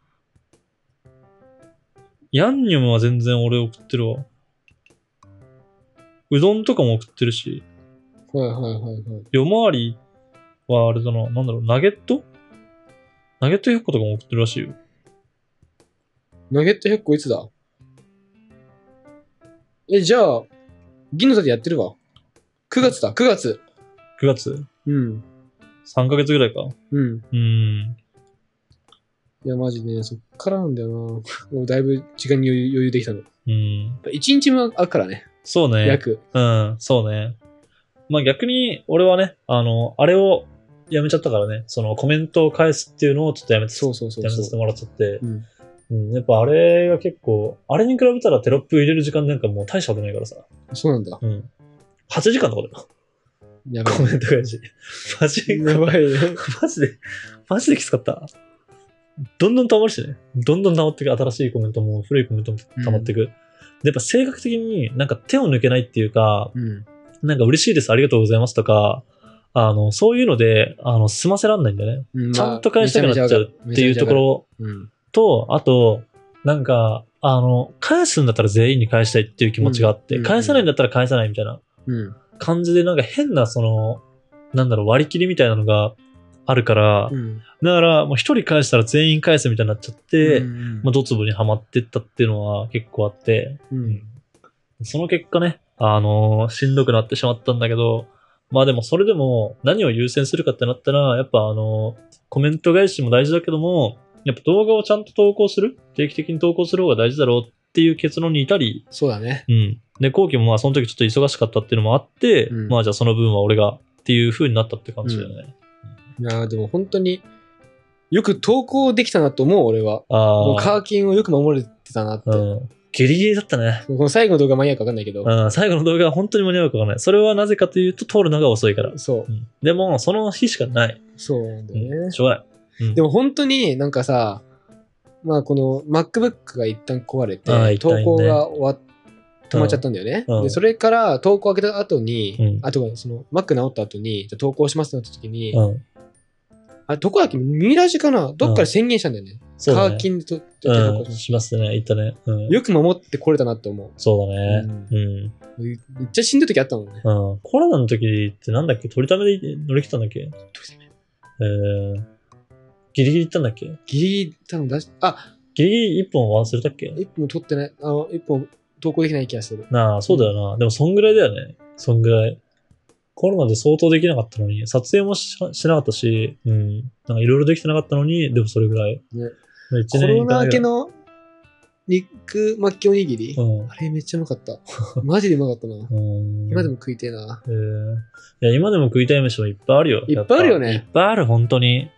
[SPEAKER 1] ヤンニョムは全然俺送ってるわ。うどんとかも送ってるし、
[SPEAKER 2] はいはいはいはい。
[SPEAKER 1] 夜回りはあれだな、なんだろう、ナゲットナゲット100個とかも送ってるらしいよ。
[SPEAKER 2] ナゲット100個いつだえ、じゃあ、銀の盾やってるわ。9月だ、9月。
[SPEAKER 1] 9月
[SPEAKER 2] うん。
[SPEAKER 1] ?3 ヶ月ぐらいか。
[SPEAKER 2] うん。
[SPEAKER 1] うーん。
[SPEAKER 2] いや、マジね、そっからなんだよな。 もうだいぶ時間に余裕余裕できたの。
[SPEAKER 1] うん。
[SPEAKER 2] 1日もあるからね、
[SPEAKER 1] そうね。
[SPEAKER 2] 約。
[SPEAKER 1] うん、そうね。まあ逆に、俺はね、あの、あれをやめちゃったからね、そのコメントを返すっていうのをちょっとやめて、
[SPEAKER 2] そうそうそ
[SPEAKER 1] やめ
[SPEAKER 2] う
[SPEAKER 1] させて
[SPEAKER 2] そ
[SPEAKER 1] もらっちゃって
[SPEAKER 2] う。、うん。
[SPEAKER 1] うん、やっぱあれが結構、あれに比べたらテロップ入れる時間なんかもう大したことないからさ。
[SPEAKER 2] そうなんだ。
[SPEAKER 1] うん。8時間とかだよ。
[SPEAKER 2] やば
[SPEAKER 1] コメント返し。マジ、
[SPEAKER 2] い。 やばいね。
[SPEAKER 1] マジで、マジできつかった。どんどん溜まるしね。どんどん溜まっていく。新しいコメントも古いコメントも溜まっていく。でやっぱ性格的になんか手を抜けないっていうか、
[SPEAKER 2] うん。
[SPEAKER 1] なんか嬉しいです、ありがとうございますとか、あの、そういうので、あの、済ませらんないんだよね。
[SPEAKER 2] うん
[SPEAKER 1] ちゃんと返したくなっちゃうっていうとこ。ろ
[SPEAKER 2] まあめちゃめちゃわかるめちゃめちゃわかるうん。
[SPEAKER 1] と、あと、なんか、あの、返すんだったら全員に返したいっていう気持ちがあって、
[SPEAKER 2] うんうん
[SPEAKER 1] 返さないんだったら返さないみたいな
[SPEAKER 2] うん。
[SPEAKER 1] 感じで、なんか変な、その、なんだろう、割り切りみたいなのがあるから、
[SPEAKER 2] うん。
[SPEAKER 1] だから、もう一人返したら全員返すみたいになっちゃって、
[SPEAKER 2] うん
[SPEAKER 1] まあ、ドツボにはまってったっていうのは結構あって、
[SPEAKER 2] うん。
[SPEAKER 1] その結果ね、あのーしんどくなってしまったんだけど、まあでもそれでも何を優先するかってなったら、やっぱあのーコメント返しも大事だけども、やっぱ動画をちゃんと投稿する、定期的に投稿する方が大事だろうっていう結論に至り、
[SPEAKER 2] そうだね。
[SPEAKER 1] うん。で、後期もまあその時ちょっと忙しかったっていうのもあって、
[SPEAKER 2] うん
[SPEAKER 1] まあじゃあその分は俺がっていう風になったって感じだよね。
[SPEAKER 2] いやーでも本当によく投稿できたなと思う、俺は。
[SPEAKER 1] あ
[SPEAKER 2] もう
[SPEAKER 1] あ。
[SPEAKER 2] カーキンをよく守れてたなって。
[SPEAKER 1] うん。ギリギリだったね。
[SPEAKER 2] この最後の動画間に合うか分かんないけど。
[SPEAKER 1] うん、最後の動画は本当に間に合うかわからない。それはなぜかというと、通るのが遅いから。
[SPEAKER 2] そう
[SPEAKER 1] う、んでも、その日しかない。
[SPEAKER 2] そうなんだよ
[SPEAKER 1] うん
[SPEAKER 2] ね
[SPEAKER 1] し。ょうがない。うん
[SPEAKER 2] でも本当になんかさ、まあこの MacBook が一旦壊れて
[SPEAKER 1] あー、一旦
[SPEAKER 2] 投
[SPEAKER 1] ね
[SPEAKER 2] 稿が終わっ止まっちゃったんだよね。
[SPEAKER 1] うん
[SPEAKER 2] で、それから投稿開けた後に、
[SPEAKER 1] うん
[SPEAKER 2] あとはその Mac 直った後に、じゃあ投稿しますってなった時に、
[SPEAKER 1] うん。
[SPEAKER 2] あれどこだっけミラジかなどっから宣言したんだよね。
[SPEAKER 1] そう
[SPEAKER 2] カ
[SPEAKER 1] だ
[SPEAKER 2] ー
[SPEAKER 1] ね。
[SPEAKER 2] キンでと投
[SPEAKER 1] う
[SPEAKER 2] 稿
[SPEAKER 1] ん。
[SPEAKER 2] し
[SPEAKER 1] しますね。言ったね。うん。
[SPEAKER 2] よく守ってこれたなって思う。
[SPEAKER 1] そうだね。
[SPEAKER 2] う
[SPEAKER 1] うん。
[SPEAKER 2] めっちゃしんどい時あったもんね。
[SPEAKER 1] うん。コロナの時ってなんだっけ取りためで乗り切ったんだっけえー、ギリギリ行ったんだっけ
[SPEAKER 2] ギリギリ多分出し、あ、
[SPEAKER 1] ギリギリ一本忘れたっけ
[SPEAKER 2] 一本取ってない、あの、一本投稿できない気がする。
[SPEAKER 1] なあ、そうだよな。でも、そんぐらいだよね。そんぐらい。コロナで相当できなかったのに、撮影もししなかったし、うん。なんかいろいろできてなかったのに、でもそれぐらい。
[SPEAKER 2] ね
[SPEAKER 1] まあ一
[SPEAKER 2] コ
[SPEAKER 1] 年
[SPEAKER 2] ロ
[SPEAKER 1] いか
[SPEAKER 2] ナ
[SPEAKER 1] ないぐ
[SPEAKER 2] 明
[SPEAKER 1] ら
[SPEAKER 2] け
[SPEAKER 1] い
[SPEAKER 2] の肉巻きおにぎり、
[SPEAKER 1] うん
[SPEAKER 2] あれめっちゃうまかった。 マジでうまかったな。
[SPEAKER 1] うん。
[SPEAKER 2] 今でも食いてえな。
[SPEAKER 1] えーいや、今でも食いたい飯もいっぱいあるよ。
[SPEAKER 2] いっぱいあるよ
[SPEAKER 1] や
[SPEAKER 2] ね
[SPEAKER 1] ぱいっぱいある、本当に。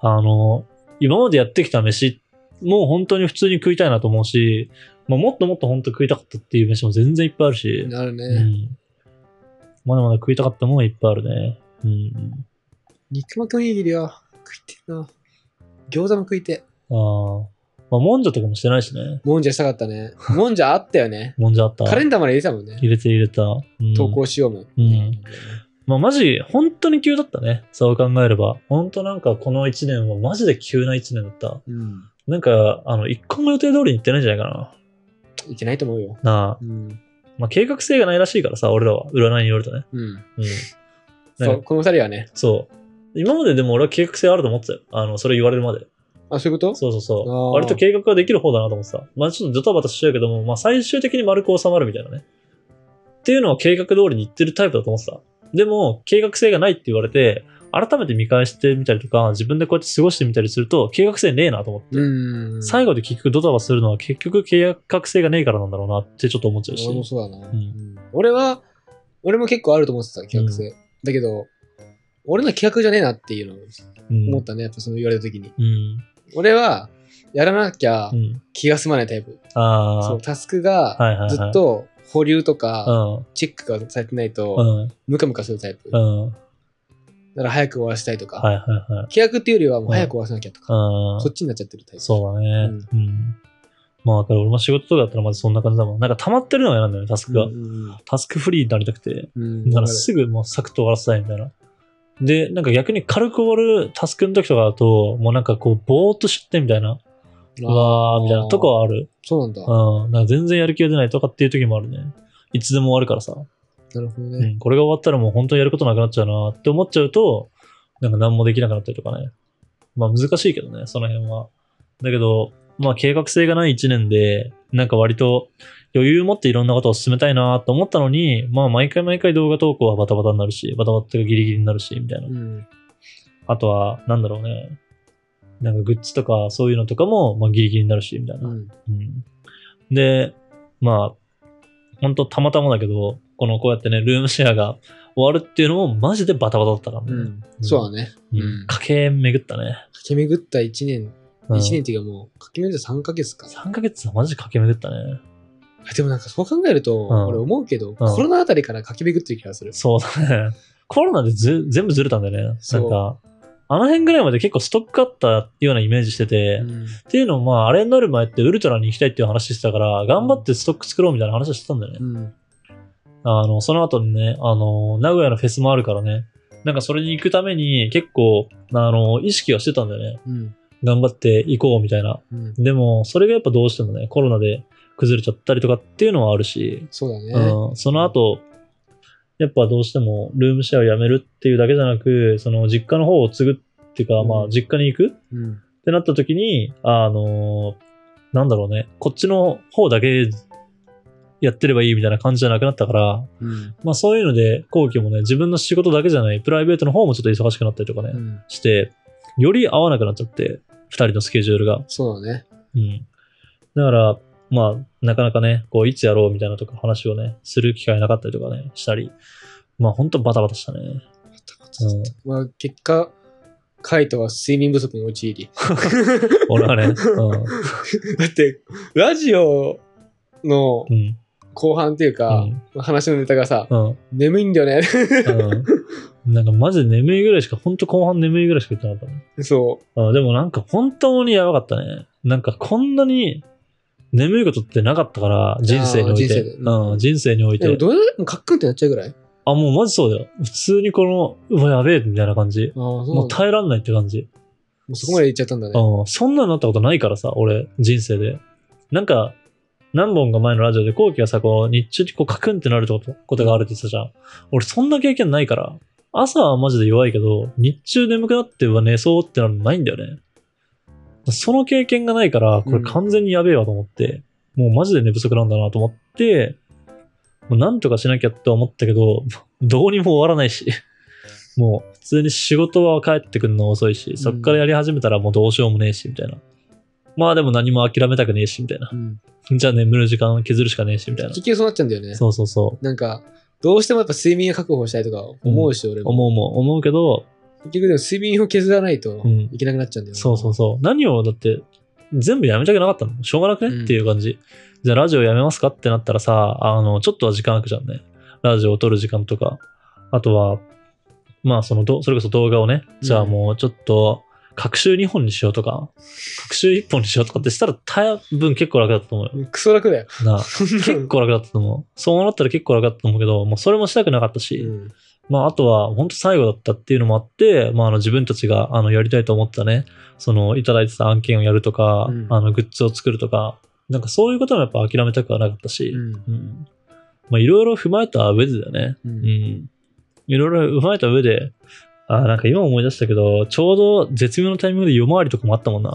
[SPEAKER 1] あの、今までやってきた飯、もう本当に普通に食いたいなと思うし、まあ、もっともっと本当食いたかったっていう飯も全然いっぱいあるし。
[SPEAKER 2] なる
[SPEAKER 1] う
[SPEAKER 2] ね。
[SPEAKER 1] ん。まだまだ食いたかったもんはいっぱいあるね。うん。
[SPEAKER 2] 肉巻きおにぎりは食いてえな。餃子も食いてえ。
[SPEAKER 1] ああ。まあ、もんじゃとかもしてないしね。
[SPEAKER 2] もんじゃしたかった ね。もんじゃあったよね。
[SPEAKER 1] もんじゃあった。
[SPEAKER 2] カレンダーまで入れてたもんね。
[SPEAKER 1] 入れて入れた。うん、
[SPEAKER 2] 投稿しようもん。
[SPEAKER 1] んまあ、マジ、本当に急だったね。そう考えれば。本当なんかこの1年はマジで急な1年だった。
[SPEAKER 2] うん。
[SPEAKER 1] なんか、あの、一個も予定通りに行ってないんじゃないか
[SPEAKER 2] いけないと思うよ。
[SPEAKER 1] な。なあ。
[SPEAKER 2] うん。
[SPEAKER 1] まあ、計画性がないらしいからさ、俺らは。占いによるとね。
[SPEAKER 2] うん。
[SPEAKER 1] うん。
[SPEAKER 2] そ
[SPEAKER 1] なん
[SPEAKER 2] う、
[SPEAKER 1] か
[SPEAKER 2] この二人はね。
[SPEAKER 1] そう。今まででも俺は計画性あると思ってたよ。あの、それ言われるまで。
[SPEAKER 2] あ、そういうこと
[SPEAKER 1] そうそうそ
[SPEAKER 2] あー
[SPEAKER 1] う。割と計画ができる方だなと思ってた。まあちょっとドタバタしちゃうけども、まあ最終的に丸く収まるみたいなね。っていうのは計画通りにいってるタイプだと思ってた。でも、計画性がないって言われて、改めて見返してみたりとか、自分でこうやって過ごしてみたりすると、計画性ねえなと思って。
[SPEAKER 2] うん。
[SPEAKER 1] 最後で結局ドタバタするのは結局計画性がねえからなんだろうなってちょっと思っちゃうし。
[SPEAKER 2] 俺もそうだな、
[SPEAKER 1] ん
[SPEAKER 2] うん俺は、俺も結構あると思ってた、企画性。だけど、俺の企画じゃねえなっていうのを
[SPEAKER 1] うん
[SPEAKER 2] 思ったね、やっぱその言われた時に。
[SPEAKER 1] うん。
[SPEAKER 2] 俺は、やらなきゃ
[SPEAKER 1] うん。
[SPEAKER 2] 気が済まないタイプ。
[SPEAKER 1] ああ。
[SPEAKER 2] そう、タスク
[SPEAKER 1] はいはい
[SPEAKER 2] が
[SPEAKER 1] はい
[SPEAKER 2] ずっと保留とか、
[SPEAKER 1] う
[SPEAKER 2] チェックがされてないと、
[SPEAKER 1] ん。うん。
[SPEAKER 2] ムカムカするタイプ。だ
[SPEAKER 1] うん。はい
[SPEAKER 2] から早く終わらせたいとか、
[SPEAKER 1] はいはい。
[SPEAKER 2] 契約っていうよりはもう早く終わらせなきゃとか、
[SPEAKER 1] うん。
[SPEAKER 2] そっちになっちゃってるタイプ。
[SPEAKER 1] そうだね。うん。まあ、だから俺も仕事とかだったらまずそんな感じだもん。なんか溜まってるのが嫌なんだよね、タスクが。
[SPEAKER 2] うんうん
[SPEAKER 1] タスクフリーになりたくて。
[SPEAKER 2] うんうん
[SPEAKER 1] だか
[SPEAKER 2] わ
[SPEAKER 1] ら
[SPEAKER 2] かる
[SPEAKER 1] すぐもうサクッと終わらせたいみたいな。で、なんか逆に軽く終わるタスクの時とかだと、もうなんかこう、ぼーっとしちゃってみたいな。うわーみたいなとこはある。
[SPEAKER 2] そうなんだ。
[SPEAKER 1] うん。なんか全然やる気が出ないとかっていう時もあるね。いつでも終わるからさ。
[SPEAKER 2] なるほど
[SPEAKER 1] う
[SPEAKER 2] ね。
[SPEAKER 1] ん。これが終わったらもう本当にやることなくなっちゃうなって思っちゃうと、なんか何もできなくなったりとかね。まあ難しいけどね、その辺は。だけど、まあ計画性がない1年で、なんか割と余裕を持っていろんなことを進めたいなと思ったのに、まあ毎回毎回動画投稿はバタバタになるし、バタバタがギリギリになるし、みたいな
[SPEAKER 2] う。ん。
[SPEAKER 1] あとは、なんだろうね。なんかグッズとかそういうのとかも、まあギリギリになるし、みたいうな。
[SPEAKER 2] ん。
[SPEAKER 1] うんで、まあ、ほんとたまたまだけど、このこうやってね、ルームシェアが終わるっていうのもマジでバタバタだったからね。
[SPEAKER 2] うん。そうだね。
[SPEAKER 1] うん
[SPEAKER 2] うん
[SPEAKER 1] 駆け巡ったね。
[SPEAKER 2] 駆け巡った1年、
[SPEAKER 1] うん
[SPEAKER 2] 一年っていうかもう、駆け巡った3ヶ月か。
[SPEAKER 1] 3ヶ月はマジで駆け巡ったね。
[SPEAKER 2] あでもなんかそう考えると、
[SPEAKER 1] うん
[SPEAKER 2] 俺思うけど、コロナあたりから駆け巡ってる気がする。
[SPEAKER 1] そうだね。コロナでず全部ずれたんだよね。
[SPEAKER 2] そ
[SPEAKER 1] な
[SPEAKER 2] うん
[SPEAKER 1] か、あの辺ぐらいまで結構ストックあったようなイメージしてて、
[SPEAKER 2] うん
[SPEAKER 1] っていうのも、まあ、あれになる前ってウルトラに行きたいっていう話してたから、頑張ってストック作ろうみたいな話をしてたんだよね。
[SPEAKER 2] うん。
[SPEAKER 1] あの、その後にね、あの、名古屋のフェスもあるからね、なんかそれに行くために結構、あの、意識はしてたんだよね。
[SPEAKER 2] うん。
[SPEAKER 1] 頑張って行こうみたいな。
[SPEAKER 2] うん。
[SPEAKER 1] でも、それがやっぱどうしてもね、コロナで崩れちゃったりとかっていうのはあるし、
[SPEAKER 2] そうだね。
[SPEAKER 1] うん、その後、やっぱどうしてもルームシェアをやめるっていうだけじゃなく、その実家の方を継ぐっていうか、
[SPEAKER 2] うん
[SPEAKER 1] まあ実家に行く
[SPEAKER 2] うん。
[SPEAKER 1] ってなった時に、あのーなんだろうね、こっちの方だけやってればいいみたいな感じじゃなくなったから、
[SPEAKER 2] うん。
[SPEAKER 1] まあそういうので、後期もね、自分の仕事だけじゃない、プライベートの方もちょっと忙しくなったりとかね、
[SPEAKER 2] うん。
[SPEAKER 1] して、より合わなくなっちゃって、二人のスケジュールが。
[SPEAKER 2] そうだね。
[SPEAKER 1] うん。だから、まあ、なかなかね、こう、いつやろうみたいなとか話をね、する機会なかったりとかね、したり、まあ本当バタバタしたね。うん、
[SPEAKER 2] まあ結果、カイトは睡眠不足に陥り。
[SPEAKER 1] 俺はね、う
[SPEAKER 2] だって、ラジオの
[SPEAKER 1] ん。うん。
[SPEAKER 2] 後半っていうか、話のネタがさ、
[SPEAKER 1] うん。うん。
[SPEAKER 2] 眠いんだよね。
[SPEAKER 1] うん、なんかマジで眠いぐらいしか、ほんと後半眠いぐらいしか言ってなかったね。
[SPEAKER 2] そ
[SPEAKER 1] あでもなんか本当にやばかったね。なんかこんなに眠いことってなかったから、人生におい
[SPEAKER 2] あー人生
[SPEAKER 1] て。
[SPEAKER 2] で。
[SPEAKER 1] うん、人生においう
[SPEAKER 2] でも
[SPEAKER 1] て。
[SPEAKER 2] どうやもカックンってなっちゃうぐらい。あ
[SPEAKER 1] あ、もうマジそうだよ。普通にこの、うわ、やべえ、みたいな感じ
[SPEAKER 2] あ、。そうな
[SPEAKER 1] も
[SPEAKER 2] ん
[SPEAKER 1] う
[SPEAKER 2] だ。
[SPEAKER 1] 耐えらんないって感じ。
[SPEAKER 2] もうそこまでいっちゃったんだね。
[SPEAKER 1] うん、そんなになったことないからさ、俺、人生で。なんか、何本か前のラジオで、後期がさ、こう、日中にこう、カクンってなるってこと、ことがあるって言ってたじゃん。俺、そんな経験ないから、朝はマジで弱いけど、日中眠くなって、うわ、寝そうってなるのないんだよね。その経験がないから、こ
[SPEAKER 2] う
[SPEAKER 1] れ
[SPEAKER 2] ん
[SPEAKER 1] 完全にやべえわと思って、もうマジで寝不足なんだなと思って、もうなんとかしなきゃって思ったけど、 どうにも終わらないし。もう普通に仕事は帰ってくるの遅いし、そっからやり始めたらもうどうしようもねえし、みたいな。まあでも何も諦めたくねえし、みたいな
[SPEAKER 2] う。ん、
[SPEAKER 1] じゃあ眠る時間を削るしかねえし、みたいな。
[SPEAKER 2] 結局そうなっちゃうんだよね。
[SPEAKER 1] そうそうそう。
[SPEAKER 2] なんか、どうしてもやっぱ睡眠を確保したいとか思うし、俺も。
[SPEAKER 1] 思うも思うけど、
[SPEAKER 2] 結局でも睡眠を削らないと
[SPEAKER 1] うん
[SPEAKER 2] いけなくなっちゃうんだよね。
[SPEAKER 1] そうそうそう。何をだって、全部やめたくなかったのしょうがなく
[SPEAKER 2] う
[SPEAKER 1] ねっ
[SPEAKER 2] ん
[SPEAKER 1] ていう感じ。じゃあラジオやめますかってなったらさ、あの、ちょっとは時間空くじゃんね。ラジオを撮る時間とか。あとは、まあそのど、それこそ動画をね、じゃあもうちょっと、各週2本にしようとか、各週1本にしようとかってしたら多分結構楽だったと思うよ。
[SPEAKER 2] うん。クソ楽だよ。
[SPEAKER 1] な あ
[SPEAKER 2] 結
[SPEAKER 1] 結構楽だったと思う。そうなったら結構楽だったと思うけど、もうそれもしたくなかったし、
[SPEAKER 2] うん。
[SPEAKER 1] まあ、あとは、本当最後だったっていうのもあって、まあ、あの、自分たちが、あの、やりたいと思ったね、その、いただいてた案件をやるとか、
[SPEAKER 2] うん
[SPEAKER 1] あの、グッズを作るとか、なんかそういうこともやっぱ諦めたくはなかったし、
[SPEAKER 2] うん
[SPEAKER 1] うん。まあ、いろいろ踏まえた上でだよね。
[SPEAKER 2] う。
[SPEAKER 1] うんん。いろいろ踏まえた上で、あーなんか今思い出したけど、ちょうど絶妙のタイミングで夜回りとかもあったもんな。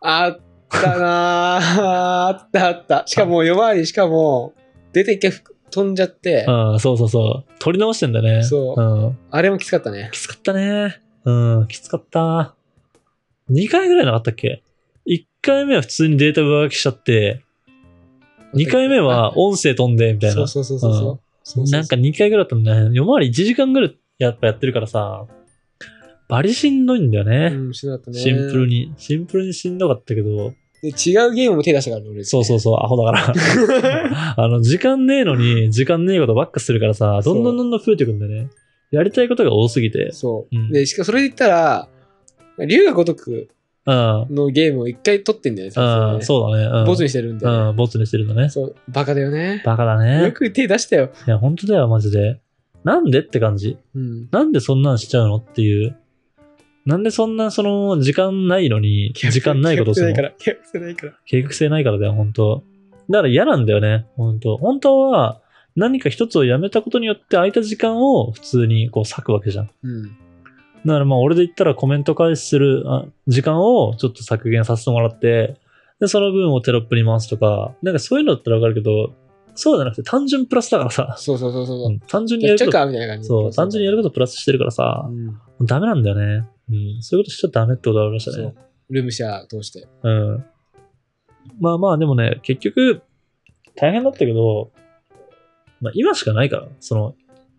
[SPEAKER 2] あったなぁ。あったあった。しかも夜回り、しかも出て一回ふ飛んじゃって、
[SPEAKER 1] うん、そうそうそう。撮り直してんだね。
[SPEAKER 2] そう
[SPEAKER 1] うん。
[SPEAKER 2] あれもきつかったね。
[SPEAKER 1] きつかったね。うん、きつかった。2回ぐらいなかったっけ ?1 回目は普通にデータ上書きしちゃって、2回目は音声飛んで、みたい
[SPEAKER 2] そ
[SPEAKER 1] な
[SPEAKER 2] う。そうそうそうそう。そうそうそう
[SPEAKER 1] なんか2回ぐらいだったんだね。夜回り1時間ぐらいやっぱやってるからさ、バリしんどいんだよ
[SPEAKER 2] う
[SPEAKER 1] ね。
[SPEAKER 2] ん、しんどかったね。
[SPEAKER 1] シンプルに。シンプルにしんどかったけど、
[SPEAKER 2] で違うゲームも手出したからね、俺。
[SPEAKER 1] そうそうそう、アホだから。 あの、時間ねえのに、時間ねえことばっかするからさ、どんどんどんどん増えてくんだよね。やりたいことが多すぎて。
[SPEAKER 2] そう。
[SPEAKER 1] うん
[SPEAKER 2] で、しかもそれで言ったら、龍が如く
[SPEAKER 1] うん。
[SPEAKER 2] のゲームを一回取ってんだよね、
[SPEAKER 1] うん、そうだね。うん。
[SPEAKER 2] ボツにしてるんで、
[SPEAKER 1] うん、ボツにしてるのね。
[SPEAKER 2] そう、バカだよね。
[SPEAKER 1] バカだ
[SPEAKER 2] よ
[SPEAKER 1] ね。
[SPEAKER 2] く手出したよ。
[SPEAKER 1] いや、本当だよ、マジで。なんでって感じ。
[SPEAKER 2] うん。
[SPEAKER 1] なんでそんなんしちゃうのっていう。なんでそんな、その、時間ないのに、時間ないことする
[SPEAKER 2] 計
[SPEAKER 1] の
[SPEAKER 2] 画性ないから。計画性ないから。
[SPEAKER 1] 計画性ないからだよ、本当だから嫌なんだよね、本当本当は、何か一つをやめたことによって空いた時間を普通にこう割くわけじゃん。
[SPEAKER 2] うん。
[SPEAKER 1] だからまあ俺で言ったらコメント開始するあ時間をちょっと削減させてもらって、で、その分をテロップに回すとか、なんかそういうのだったらわかるけど、そうじゃなくて単純プラスだからさ、
[SPEAKER 2] そうそうそうそ
[SPEAKER 1] う
[SPEAKER 2] う。
[SPEAKER 1] ん単純に
[SPEAKER 2] や
[SPEAKER 1] や
[SPEAKER 2] っちゃ
[SPEAKER 1] る
[SPEAKER 2] う
[SPEAKER 1] こと、
[SPEAKER 2] かみたいな感じ。
[SPEAKER 1] そう、単純にや
[SPEAKER 2] る。
[SPEAKER 1] ることプラスしてるからさ、
[SPEAKER 2] うん
[SPEAKER 1] ダメなんだよね。うん、そういうことしちゃダメってことがありました
[SPEAKER 2] そう
[SPEAKER 1] ね。。
[SPEAKER 2] ルームシェア通して。
[SPEAKER 1] うん。まあまあ、でもね、結局、大変だったけど、まあ今しかないから、その、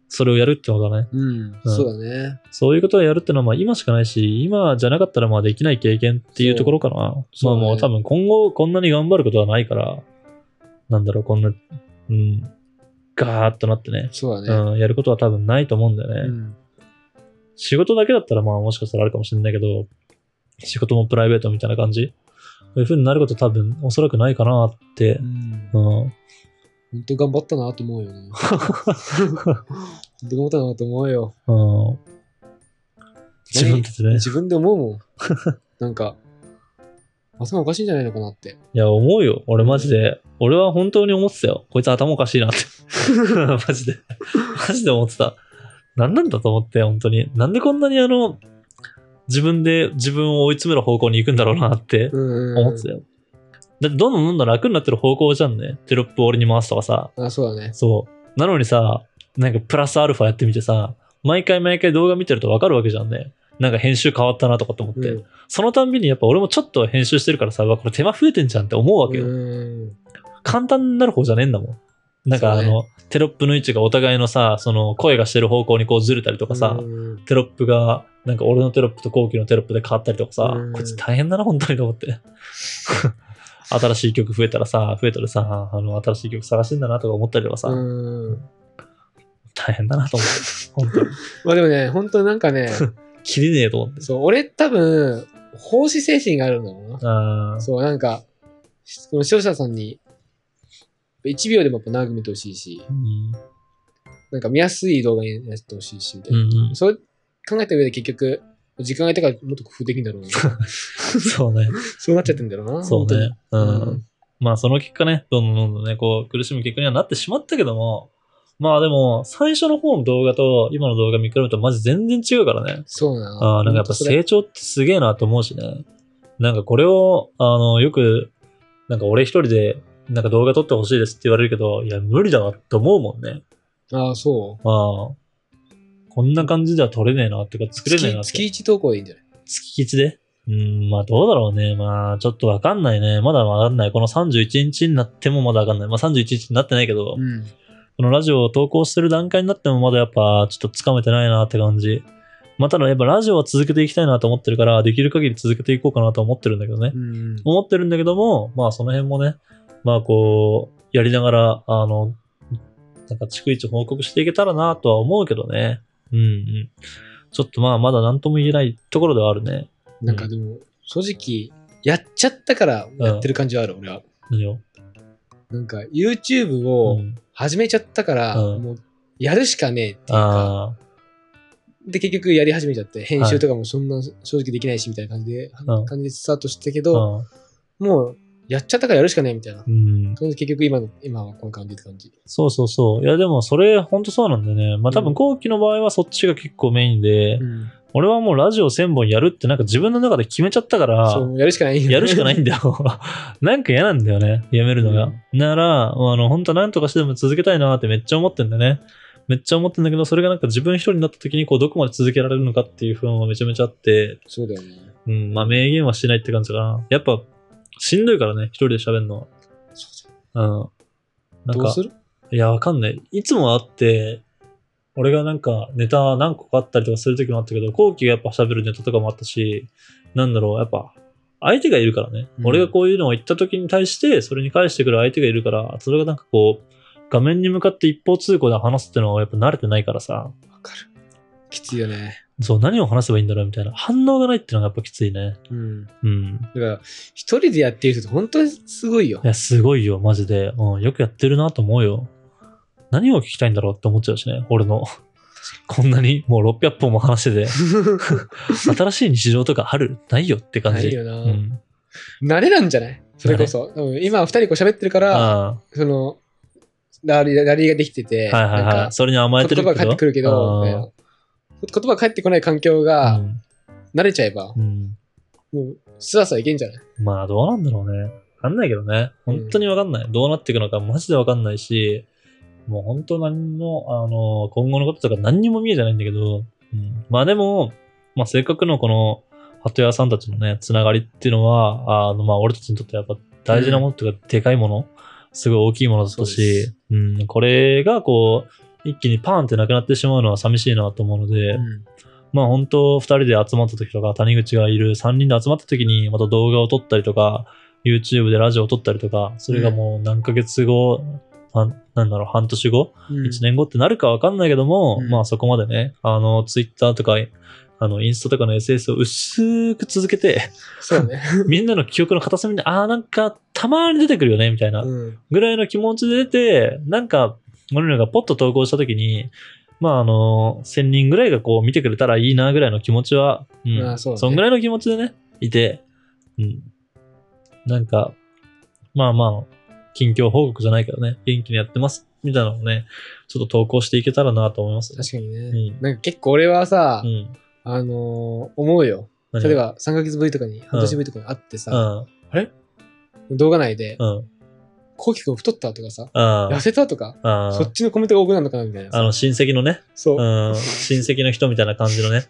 [SPEAKER 1] それをやるってことはね。
[SPEAKER 2] うん。
[SPEAKER 1] うん
[SPEAKER 2] そうだね。
[SPEAKER 1] そういうことをやるってのはまあ今しかないし、今じゃなかったらまあできない経験っていうところかな。
[SPEAKER 2] そう
[SPEAKER 1] まあもう
[SPEAKER 2] そ
[SPEAKER 1] 多
[SPEAKER 2] う
[SPEAKER 1] 分今後こんなに頑張ることはないから、なんだろう、こんな、うん、ガーッとなってね、
[SPEAKER 2] そうだね。
[SPEAKER 1] うん、やることは多分ないと思うんだよね。
[SPEAKER 2] うん。
[SPEAKER 1] 仕事だけだったらまあもしかしたらあるかもしれないけど、仕事もプライベートみたいな感じそういう風になること多分おそらくないかなって
[SPEAKER 2] う、
[SPEAKER 1] う
[SPEAKER 2] ん
[SPEAKER 1] ん、
[SPEAKER 2] 本当頑張ったなと思うよね。本当頑張ったなと思うよ。
[SPEAKER 1] うん、自分たちね。
[SPEAKER 2] 自分で思うもん。なんか、頭おかしいんじゃないのかなって。
[SPEAKER 1] いや、思うよ。俺マジで。俺は本当に思ってたよ。こいつ頭おかしいなって。マジで。マジで思ってた。何なんだと思って、本当に。なんでこんなにあの、自分で自分を追い詰める方向に行くんだろうなって
[SPEAKER 2] うん
[SPEAKER 1] 思ってたよ。だってどんどんどんどん楽になってる方向じゃんね。テロップを俺に回すとかさ。
[SPEAKER 2] あ、そうだね。
[SPEAKER 1] そう。なのにさ、なんかプラスアルファやってみてさ、毎回毎回動画見てるとわかるわけじゃんね。なんか編集変わったなとかって思って。
[SPEAKER 2] うん
[SPEAKER 1] そのたんびにやっぱ俺もちょっとは編集してるからさ、うわこれ手間増えてんじゃんって思うわけよ。
[SPEAKER 2] うん
[SPEAKER 1] 簡単になる方じゃねえんだもん。なんか
[SPEAKER 2] そ
[SPEAKER 1] あ
[SPEAKER 2] うね
[SPEAKER 1] の、テロップの位置がお互いのさ、その声がしてる方向にこうずれたりとかさ、
[SPEAKER 2] うん
[SPEAKER 1] テロップが、なんか俺のテロップと後期のテロップで変わったりとかさ
[SPEAKER 2] う、ん
[SPEAKER 1] こいつ大変だな、本当にと思って。 新しい曲増えたらさ、増えたらさ、あの、新しい曲探してんだなとか思ったりとかさ、
[SPEAKER 2] うん。
[SPEAKER 1] 大変だなと思って。本当に。
[SPEAKER 2] まあでもね、本当なん かね、
[SPEAKER 1] 切りねえと思って。
[SPEAKER 2] そう、俺多分、奉仕精神があるんだろうな。
[SPEAKER 1] あー
[SPEAKER 2] そう、なんか、しこの視聴者さんに、1秒でもやっぱ長く見てほしいし、
[SPEAKER 1] うん。
[SPEAKER 2] なんか見やすい動画にやってほしいし、みたい
[SPEAKER 1] うん
[SPEAKER 2] な。
[SPEAKER 1] うん。
[SPEAKER 2] そう考えた上で結局、時間が空いたからもっと工夫できるんだろう な。
[SPEAKER 1] そうね。
[SPEAKER 2] そうなっちゃってんだろうな。
[SPEAKER 1] そうね。う
[SPEAKER 2] 本当に。
[SPEAKER 1] ん。まあその結果ね、どんどんどんどんね、こう苦しむ結果にはなってしまったけども、まあでも、最初の方の動画と今の動画見比べるとマジ全然違うからね。
[SPEAKER 2] そうな。
[SPEAKER 1] ああ、なんかやっぱ
[SPEAKER 2] 本当それ
[SPEAKER 1] 成長ってすげえなと思うしね。なんかこれを、あの、よく、なんか俺一人で、なんか動画撮ってほしいですって言われるけど、いや、無理だなって思うもんね。
[SPEAKER 2] ああ、そう。
[SPEAKER 1] ああ。こんな感じでは撮れねえなってか、作れねえなって。
[SPEAKER 2] 月月1投稿でいいんじゃない
[SPEAKER 1] 月吉でうん、まあどうだろうね。まあちょっとわかんないね。まだわかんない。この31日になってもまだわかんない。まあ31日になってないけど、
[SPEAKER 2] うん。
[SPEAKER 1] このラジオを投稿してる段階になってもまだやっぱちょっとつかめてないなって感じ。まあただやっぱラジオは続けていきたいなと思ってるから、できる限り続けていこうかなと思ってるんだけどね。
[SPEAKER 2] うん。
[SPEAKER 1] 思ってるんだけども、まあその辺もね、まあこう、やりながら、あの、なんか逐一報告していけたらなとは思うけどね。うんうん。ちょっとまあまだ何とも言えないところではあるね。
[SPEAKER 2] なんかでも、正直、やっちゃったからやってる感じはある、俺は。
[SPEAKER 1] 何を
[SPEAKER 2] なんか、YouTube を
[SPEAKER 1] うん
[SPEAKER 2] 始めちゃったから、
[SPEAKER 1] うん
[SPEAKER 2] もう、やるしかねえっていうか、
[SPEAKER 1] あ
[SPEAKER 2] で、結局やり始めちゃって、編集とかもそんな正直できないし、みたいな感じで、
[SPEAKER 1] うん
[SPEAKER 2] 感じでスタートしてたけ
[SPEAKER 1] あ、
[SPEAKER 2] ど、もう、やっちゃったからやるしかねえみたいな
[SPEAKER 1] う。ん。
[SPEAKER 2] 感じで結局今の、今はこういう感じって感じ。
[SPEAKER 1] そうそうそう。いや、でもそれ、ほんとそうなんだよね。まあ多分、後期の場合はそっちが結構メインで、
[SPEAKER 2] うん。
[SPEAKER 1] 俺はもうラジオ1000本やるってなんか自分の中で決めちゃったから、
[SPEAKER 2] そう、やるしかないよね
[SPEAKER 1] やるしかないんだよ。なんか嫌なんだよね、やめるのが。なら、あの、本当なんとかしてでも続けたいなってめっちゃ思ってんだよね。めっちゃ思ってんだけど、それがなんか自分一人になった時に、こう、どこまで続けられるのかっていう不安はめちゃめちゃあって、
[SPEAKER 2] そうだよね。
[SPEAKER 1] うん、まあ、明言はしてないって感じかな。やっぱ、しんどいからね、一人で喋るのは。
[SPEAKER 2] そう
[SPEAKER 1] うん。な
[SPEAKER 2] だ
[SPEAKER 1] ん
[SPEAKER 2] よどう
[SPEAKER 1] か
[SPEAKER 2] す、る
[SPEAKER 1] いや、わかんない。いつもあって、俺がなんかネタ何個かあったりとかする時もあったけど、後期がやっぱ喋るネタとかもあったし、なんだろう、やっぱ、相手がいるからね。
[SPEAKER 2] うん
[SPEAKER 1] 俺がこういうのを言った時に対して、それに返してくる相手がいるから、それがなんかこう、画面に向かって一方通行で話すってのはやっぱ慣れてないからさ、
[SPEAKER 2] わかる。きついよね。
[SPEAKER 1] そう、何を話せばいいんだろうみたいな。反応がないってのがやっぱきついね。
[SPEAKER 2] うん。だか
[SPEAKER 1] うん。
[SPEAKER 2] ら、一人でやってる人って本当にすごいよ
[SPEAKER 1] い。や、すごいよ、マジで。うん、よくやってるなと思うよ。何を聞きたいんだろうって思っちゃうしね、俺の。 こんなにもう600本も話してて、新しい日常とかあるないよって感
[SPEAKER 2] な
[SPEAKER 1] じ。
[SPEAKER 2] いよな。
[SPEAKER 1] うん。
[SPEAKER 2] 慣れなんじゃないそれこそ。多分今二人こう喋ってるから、
[SPEAKER 1] あ
[SPEAKER 2] その、ラリーラリーができてて、
[SPEAKER 1] あ、はいはい
[SPEAKER 2] なん
[SPEAKER 1] は
[SPEAKER 2] か
[SPEAKER 1] い。それに甘えてる
[SPEAKER 2] 言葉が返ってくるけど、みたいな言葉が返ってこない環境
[SPEAKER 1] ああ
[SPEAKER 2] が
[SPEAKER 1] うん
[SPEAKER 2] 慣れちゃえば、
[SPEAKER 1] うん。
[SPEAKER 2] もう、すらすらいけんじゃない
[SPEAKER 1] まあ、どうなんだろうね。わかんないけどね。本当にわかんない。どうなっていくのかマジでわかんないし、もう本当何の、あの、今後のこととか何にも見えてないんだけど、うん、まあでも、まあせっかくのこの、鳩屋さんたちのね、つながりっていうのは、あの、まあ俺たちにとってやっぱ大事なものというか、でかいもの、すごい大きいものだった
[SPEAKER 2] そうで
[SPEAKER 1] し、うん、これがこう、一気にパーンってなくなってしまうのは寂しいなと思うので、まあ本当、二人で集まった時とか、谷口がいる三人で集まった時に、また動画を撮ったりとか、YouTube でラジオを撮ったりとか、それがもう何ヶ月後、あなんだろう、半年後、
[SPEAKER 2] うん
[SPEAKER 1] 一年後ってなるかわかんないけども、
[SPEAKER 2] うん
[SPEAKER 1] まあそこまでね、あの、Twitter とか、あの、インスタとかの SS を薄く続け て、
[SPEAKER 2] そ うね。
[SPEAKER 1] みんなの記憶の片隅に、ああ、なんか、たまに出てくるよね、みたいな。
[SPEAKER 2] うん
[SPEAKER 1] ぐらいの気持ちで出て、なんか、俺らがポッと投稿したときに、まああの、1000人ぐらいがこう見てくれたらいいなぐらいの気持ちは、うん、
[SPEAKER 2] ああそうね
[SPEAKER 1] んぐらいの気持ちでね、いて、うん。なんか、まあまあ、近況報告じゃないけどね、元気にやってます、みたいなのをね、ちょっと投稿していけたらなと思います、
[SPEAKER 2] 確かにね。
[SPEAKER 1] に。
[SPEAKER 2] なんか結構俺はさ
[SPEAKER 1] う、ん。
[SPEAKER 2] あのー、思うよ。
[SPEAKER 1] うん。
[SPEAKER 2] 例えば3ヶ月ぶりとかに、半年ぶりとかに会ってさ、動画内で
[SPEAKER 1] う、ん。うん。
[SPEAKER 2] コウキ君太ったとかさ、
[SPEAKER 1] あ
[SPEAKER 2] 痩せたとか、
[SPEAKER 1] あ。
[SPEAKER 2] そっちのコメントが多くなるのかなみたいな
[SPEAKER 1] あ
[SPEAKER 2] さ。
[SPEAKER 1] の、親戚のね、
[SPEAKER 2] そうう。
[SPEAKER 1] ん、親戚の人みたいな感じのね、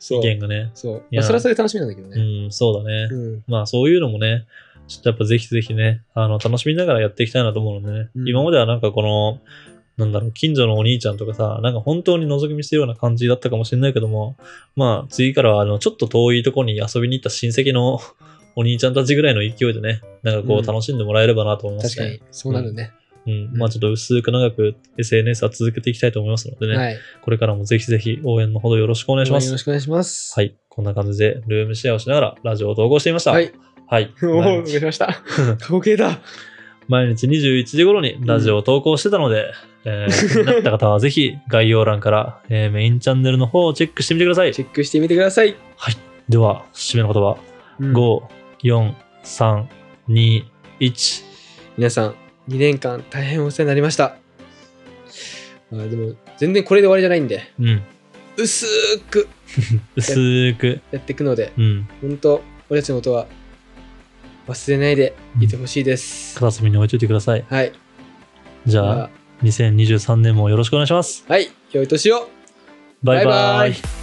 [SPEAKER 2] そ
[SPEAKER 1] 意
[SPEAKER 2] う。
[SPEAKER 1] 見がね。
[SPEAKER 2] そう。
[SPEAKER 1] い
[SPEAKER 2] ま
[SPEAKER 1] や
[SPEAKER 2] あ、それはそれで楽しみなんだけど
[SPEAKER 1] う
[SPEAKER 2] ね。
[SPEAKER 1] ん、そうだね。
[SPEAKER 2] うん。
[SPEAKER 1] まあそういうのもね、ちょっとやっぱぜひぜひね、あの、楽しみながらやっていきたいなと思うのでね、
[SPEAKER 2] うん
[SPEAKER 1] 今まではなんかこの、なんだろう、近所のお兄ちゃんとかさ、なんか本当に覗き見するような感じだったかもしれないけども、まあ次からはあの、ちょっと遠いとこに遊びに行った親戚の お兄ちゃんたちぐらいの勢いでね、なんかこ
[SPEAKER 2] うん
[SPEAKER 1] う楽しんでもらえればなと思います
[SPEAKER 2] 確か
[SPEAKER 1] ね。
[SPEAKER 2] に、そうなるね。
[SPEAKER 1] うん。まあちょっと薄く長く SNS は続けていきたいと思いますのでね、
[SPEAKER 2] はい。
[SPEAKER 1] これからもぜひぜひ応援のほどよろしくお願いしま
[SPEAKER 2] よ
[SPEAKER 1] す
[SPEAKER 2] ろ。しくお願いします。
[SPEAKER 1] はい。こんな感じでルームシェアをしながらラジオを投稿していました。
[SPEAKER 2] は
[SPEAKER 1] はい。
[SPEAKER 2] い。 おお、
[SPEAKER 1] 毎
[SPEAKER 2] 動
[SPEAKER 1] 日
[SPEAKER 2] かしました。 過去形だ。
[SPEAKER 1] 毎日21時頃にラジオを投稿してたので、え ー、気になった方はぜひ概要欄から、えーメインチャンネルの方をチェックしてみてください
[SPEAKER 2] チ。ェックしてみてください。
[SPEAKER 1] では、締めの言葉。
[SPEAKER 2] うん
[SPEAKER 1] 5、4、3、2、1。
[SPEAKER 2] 皆さん、2年間大変お世話になりました。あーでも、全然これで終わりじゃないんで、
[SPEAKER 1] うん。
[SPEAKER 2] 薄く
[SPEAKER 1] 薄く。
[SPEAKER 2] やっていくので、
[SPEAKER 1] うん。
[SPEAKER 2] 本当俺たちのことは忘れないでいてほしいです。
[SPEAKER 1] 片隅に置いといてください。
[SPEAKER 2] はい。
[SPEAKER 1] じ
[SPEAKER 2] じ
[SPEAKER 1] ゃあ、2023年もよろしくお願いします。
[SPEAKER 2] はい。良い年を
[SPEAKER 1] バイバ
[SPEAKER 2] バイバ
[SPEAKER 1] イ
[SPEAKER 2] イ